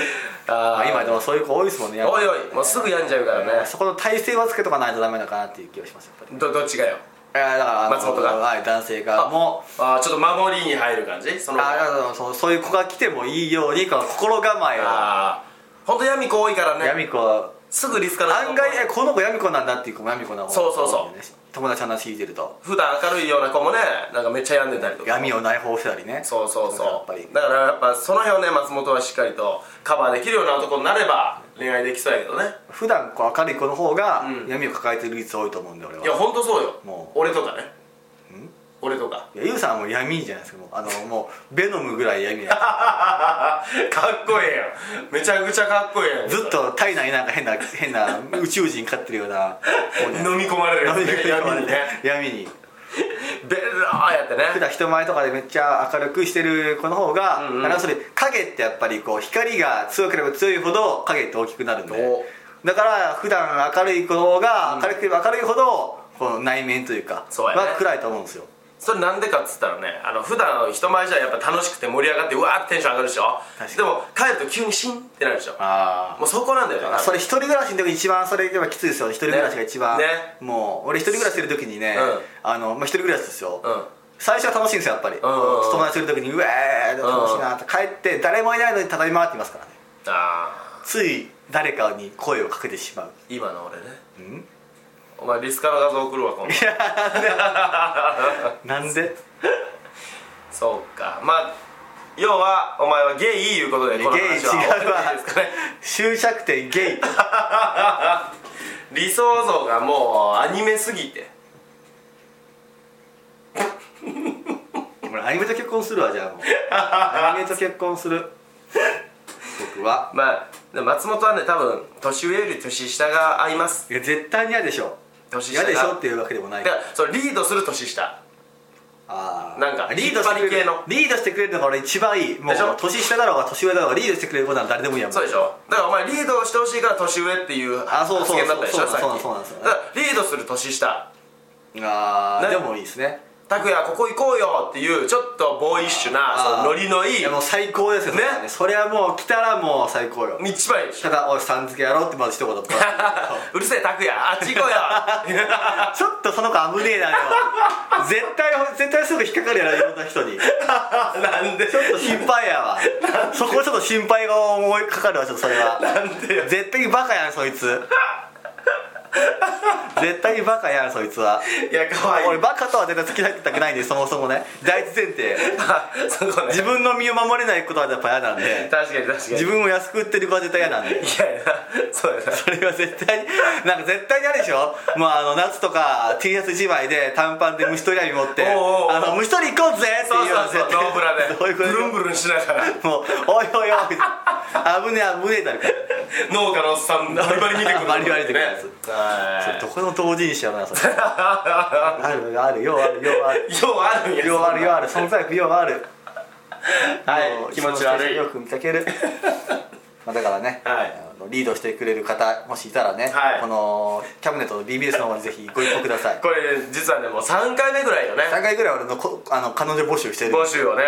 Speaker 1: あ
Speaker 2: あ
Speaker 1: ー
Speaker 2: 今でもそういう子多いですもんねやっぱ
Speaker 1: おいおいもうすぐ病んじゃうからね
Speaker 2: そこの体勢はつけとかないとダメなのかなっていう気がしますやっぱり
Speaker 1: どどっちがよ
Speaker 2: えーだからあの
Speaker 1: 松本が
Speaker 2: はい男性がもう
Speaker 1: あーちょっと守りに入る感じその
Speaker 2: あだからそうそういう子が来てもいいようにこの心構えを
Speaker 1: あーほんと闇子多いからね
Speaker 2: 闇子は
Speaker 1: すぐリスカの画像
Speaker 2: 案外えこの子闇子なんだっていう子も闇子な方
Speaker 1: そうそうそう
Speaker 2: 多いんでね友達の話聞いてると
Speaker 1: 普段明るいような子もねなんかめっちゃ病んでたりとか
Speaker 2: 闇を内包したりね
Speaker 1: そうそうそう
Speaker 2: やっぱり
Speaker 1: だからやっぱその辺をね松本はしっかりとカバーできるような男になれば恋愛できそうやけどね
Speaker 2: 普段こう明るい子の方が
Speaker 1: うん
Speaker 2: 闇を抱えてる率多いと思うんで俺はい
Speaker 1: やほんとそうよ
Speaker 2: も
Speaker 1: 俺とかね俺とか
Speaker 2: いやゆうさんはもう闇じゃないですかもうあのもうベノムぐらい闇 だ
Speaker 1: かっこええやんめちゃくちゃかっこええやん
Speaker 2: ずっと体内になんか変な変な宇宙人飼ってるような
Speaker 1: 飲み込まれるやつ
Speaker 2: 闇に
Speaker 1: ね
Speaker 2: 闇
Speaker 1: 闇にね
Speaker 2: に
Speaker 1: ベローやって
Speaker 2: 普
Speaker 1: ね
Speaker 2: 段人前とかでめっちゃ明るくしてる子の方が、
Speaker 1: うんうん
Speaker 2: あのそれ影ってやっぱりこう光が強ければ強いほど影って大きくなるんで
Speaker 1: お
Speaker 2: だから普段明るい子の方が明るくれば明るいほどこの内面というか
Speaker 1: そうやね
Speaker 2: は暗いと思うんですよ
Speaker 1: それなんでかっつったらねあの普段人前じゃやっぱ楽しくて盛り上がってうわーってテンション上がるでしょ
Speaker 2: 確かに
Speaker 1: でも帰ると急にシンってなるでしょ
Speaker 2: あ
Speaker 1: もうそこなんだよ
Speaker 2: あ
Speaker 1: な
Speaker 2: それ一人暮らしの時一番それがきついですよ一人暮らしが一番、
Speaker 1: ね
Speaker 2: もう俺一人暮らしする時にね、
Speaker 1: うん
Speaker 2: あのまあ、一人暮らしですよ、
Speaker 1: うん
Speaker 2: 最初は楽しいんですよやっぱり、
Speaker 1: んうんうん
Speaker 2: 友達する時にうわー楽しいなって帰って誰もいないのにただいまって言いますからね
Speaker 1: あ
Speaker 2: つい誰かに声をかけてしまう
Speaker 1: ー今の俺ね
Speaker 2: ん
Speaker 1: お前リスカの画像送るわ今度
Speaker 2: なんで
Speaker 1: そうかまあ要はお前はゲイいうことで
Speaker 2: ゲイ違
Speaker 1: この話は
Speaker 2: う わ
Speaker 1: いいですかね
Speaker 2: 終着点ゲイ
Speaker 1: 理想像がもうアニメすぎて
Speaker 2: 俺アニメと結婚するわじゃあもうアニメと結婚する僕は
Speaker 1: まあで松本はね多分年上より年下が合います
Speaker 2: いや絶対に嫌でしょ
Speaker 1: 年下
Speaker 2: 嫌
Speaker 1: が
Speaker 2: でしょっていうわけでもない
Speaker 1: だからそのリードする年下
Speaker 2: あー
Speaker 1: なんか
Speaker 2: リードしてくれ
Speaker 1: 引っ
Speaker 2: る
Speaker 1: 張り
Speaker 2: リードしてくれるのが俺一番いいもう
Speaker 1: でしょ
Speaker 2: 年下だろうが年上だろうがリードしてくれることは誰でもいいやもん
Speaker 1: そうでしょだからお前リードしてほしいから年上っていう
Speaker 2: あそう
Speaker 1: 発
Speaker 2: そうそう
Speaker 1: 言だったでしょさっき
Speaker 2: そうなんそうなんそうなん
Speaker 1: だからリードする年下
Speaker 2: あー
Speaker 1: ね
Speaker 2: でもいいですね
Speaker 1: 拓也ここ行こうよっていうちょっとボーイッシュなそ
Speaker 2: あー
Speaker 1: のノリのいい
Speaker 2: いやもう最高ですよ
Speaker 1: ね
Speaker 2: それはそれはもう来たらもう最高よ
Speaker 1: 一番いい でしょ
Speaker 2: ただ「おいさん付けやろう」ってまず一言 バーッて言うけ
Speaker 1: うるせえ拓也あっち行こうよ
Speaker 2: どちょっとその子危ねえなよ 絶対絶対すぐ引っかかるやろいろんな人 にち
Speaker 1: なんで
Speaker 2: ょっと心配やわそこちょっと心配が思いかかるわちょっとそれは
Speaker 1: なんでよ
Speaker 2: 絶対にバカやんそいつ絶対にバカやんそいつはい
Speaker 1: や可愛い
Speaker 2: 俺バカとは絶対付き合ってたくないんでそもそもね第一前 提
Speaker 1: あそこね
Speaker 2: 自分の身を守れないことはやっぱ嫌なんで
Speaker 1: 確かに確かに
Speaker 2: 自分を安く売ってる子は絶対嫌なんで
Speaker 1: いやいやそうやな
Speaker 2: それは絶対になんか絶対にあるでしょもうあの夏とか T シャツ1枚で短パンで虫取り網持って
Speaker 1: おうおうおう
Speaker 2: あの虫取り行こうぜって
Speaker 1: そう
Speaker 2: いう
Speaker 1: そうそうノーブラで
Speaker 2: そういう
Speaker 1: ブ
Speaker 2: こと
Speaker 1: ルンブルンしながら
Speaker 2: もうおいおいおい危ねえ危ねえだるから
Speaker 1: 農家のおっさんバリバリ見てくる
Speaker 2: バリバリ見てくるやつ
Speaker 1: はい
Speaker 2: どこの同人誌やろなそれあるあるようあるようある
Speaker 1: ようあるんや
Speaker 2: ようあるようある存在感ようあるも
Speaker 1: は
Speaker 2: う
Speaker 1: い気持ち悪い
Speaker 2: よく見かけ るまあだからね、
Speaker 1: はい
Speaker 2: あのリードしてくれる方もしいたらね、
Speaker 1: はい
Speaker 2: このキャブネットの BBS の方にぜひご一報ください
Speaker 1: これ実はねもう3回目ぐらいよね
Speaker 2: 3回ぐらい俺のこあの彼女募集してる
Speaker 1: 募集をね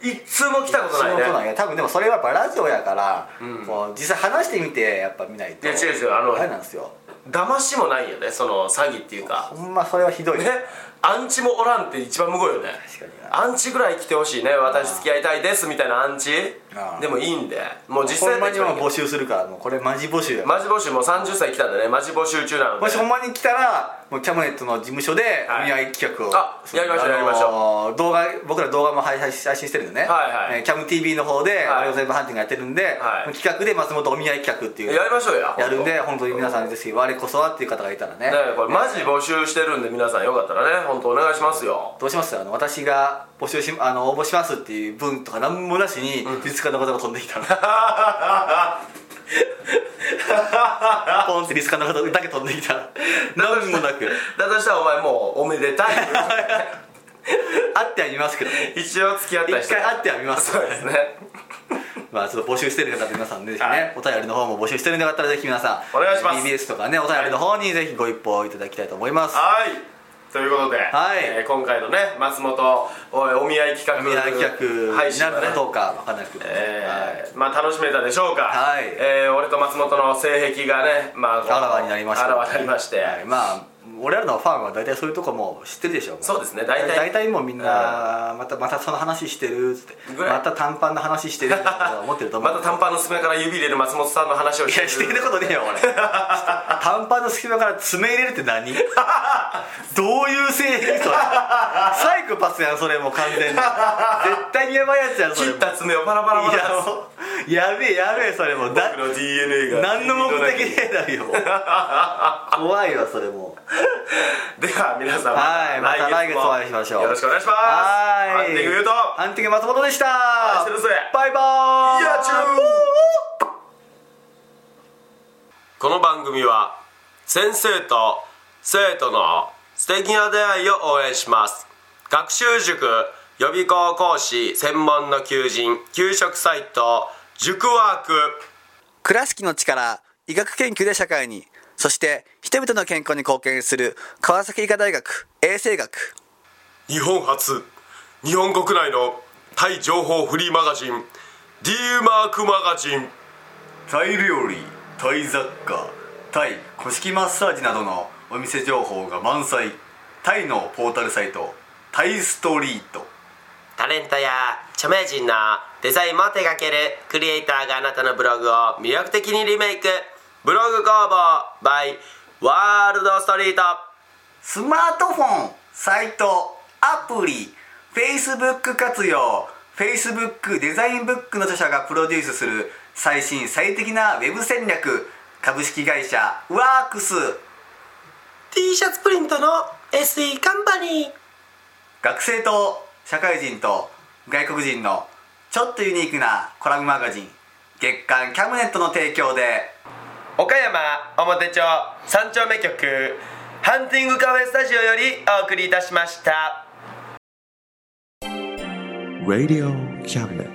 Speaker 1: 一通も来たことないね
Speaker 2: そのことなんや多分でもそれはやっぱラジオやから、こう実際話してみてやっぱ見ないと
Speaker 1: いや違う違うあの
Speaker 2: あれなんですよ
Speaker 1: 騙しもないよねその詐欺っていうか
Speaker 2: ほんまそれはひどい、
Speaker 1: ねアンチもおらんって一番むごいよね
Speaker 2: 確かに
Speaker 1: アンチぐらい来てほしいね私付き合いたいですみたいなアンチ
Speaker 2: あー
Speaker 1: でもいいんでもう実
Speaker 2: ほ
Speaker 1: 際
Speaker 2: んまにもう募集するからもうこれマジ募集や
Speaker 1: マジ募集もう30歳来たんでねマジ募集中なので
Speaker 2: もしほんまに来たらもうキャムネットの事務所で
Speaker 1: は
Speaker 2: お
Speaker 1: い
Speaker 2: 見合い企画を、
Speaker 1: あやりましょう
Speaker 2: あのー
Speaker 1: やりまし
Speaker 2: 動画僕ら動画も配信配信してるんでね、
Speaker 1: はいはい
Speaker 2: えー、キャム TV の方で、
Speaker 1: い
Speaker 2: あれを全部ハンティングやってるんで、
Speaker 1: はい
Speaker 2: 企画で松本お見合い企画っていう
Speaker 1: やりましょうや
Speaker 2: やるんで本当に皆さんぜひ我こそはっていう方がいたらね
Speaker 1: ねこれマジ募集してるんで皆さんよかったらね本当お願いしますよ
Speaker 2: どうしますあの私が募集しあの応募しますっていう文とか何もなしに実家の方が飛んできたの ポンってリスカの方だけ飛んできたら何もなく
Speaker 1: だとしたらお前もうおめ でたい
Speaker 2: 会ってはみますけどね
Speaker 1: 一応付き合っ
Speaker 2: 一
Speaker 1: た人
Speaker 2: 回会ってはみます
Speaker 1: そうですね
Speaker 2: まあちょっと募集してる方皆さんね、ぜひ
Speaker 1: は
Speaker 2: ね
Speaker 1: い
Speaker 2: お便りの方も募集してるんでよかったらぜひ皆さん
Speaker 1: お願いします
Speaker 2: BBS とかねお便りの方にぜひご一報いただきたいと思います
Speaker 1: はいということで、
Speaker 2: はい
Speaker 1: えー今回のね松本おいお見合い企画
Speaker 2: 未来企画
Speaker 1: 配
Speaker 2: に
Speaker 1: 信
Speaker 2: な
Speaker 1: はね
Speaker 2: るかどうかわかんないけどねはい
Speaker 1: えーまあ楽しめたでしょうか、
Speaker 2: はい
Speaker 1: えー俺と松本の性癖がね、まあこう、
Speaker 2: あらわになりました
Speaker 1: あらわになりまして、
Speaker 2: はいまあ俺らのファンは大体そういうとこも知ってるでしょ
Speaker 1: そうですね大体
Speaker 2: 大体もうみんなまたまたその話してるっつって
Speaker 1: ぐらい
Speaker 2: また短パンの話してるって思ってると思
Speaker 1: ま
Speaker 2: う
Speaker 1: た短パンの隙間から指入れる松本さんの話を
Speaker 2: いやしてることねえよ 俺短パンの隙間から爪入れるって何どういう性癖それサイコパスやんそれもう完全に絶対にやばいやつやんそれ
Speaker 1: 切
Speaker 2: も
Speaker 1: った爪をパラパラパ
Speaker 2: い
Speaker 1: ラ
Speaker 2: やもうやべえやべえそれもうだ
Speaker 1: 僕の DNA が
Speaker 2: 何の目的ねえだ よ怖いわそれもう
Speaker 1: では皆さん
Speaker 2: はい、また来月
Speaker 1: も
Speaker 2: お会いしましょう。
Speaker 1: よろしくお願いします
Speaker 2: はーい。
Speaker 1: アンティング言うと
Speaker 2: アンティング松本でした。
Speaker 1: してるぜ
Speaker 2: バイバーイ。
Speaker 1: やちゅーこの番組は先生と生徒の素敵な出会いを応援します学習塾予備校講師専門の求人給食サイト塾ワーク
Speaker 3: 倉敷の力医学研究で社会にそして人々の健康に貢献する川崎医科大学衛生学
Speaker 1: 日本初日本国内のタイ情報フリーマガジン D マークマガジン
Speaker 2: タイ料理、タイ雑貨、タイ古式マッサージなどのお店情報が満載。タイのポータルサイト、タイストリート。
Speaker 1: タレントや著名人のデザインも手掛けるクリエイターがあなたのブログを魅力的にリメイクブログ工房 by ワールドストリート
Speaker 2: スマートフォン、サイト、アプリ、Facebook 活用、Facebook デザインブックの著者がプロデュースする最新最適なウェブ戦略、株式会社ワークス
Speaker 1: T シャツプリントの SE カンパニー
Speaker 2: 学生と社会人と外国人のちょっとユニークなコラムマガジン、月刊キャムネットの提供で、
Speaker 1: 岡山表町三丁目局ハンティングカフェスタジオよりお送りいたしました。
Speaker 4: Radio Cabinet.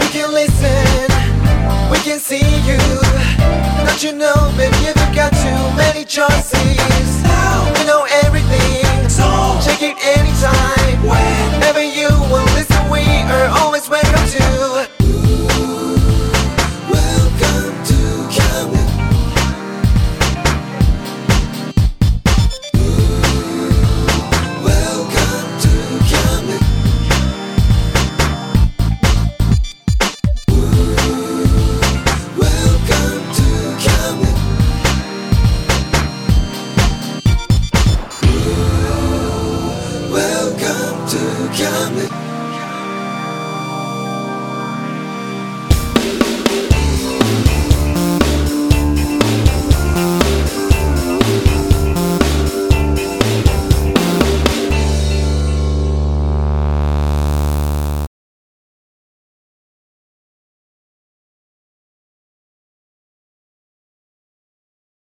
Speaker 5: We can listen, we can see you. Don't you know, baby, you're the choices. Now we know everything. So check it anytime.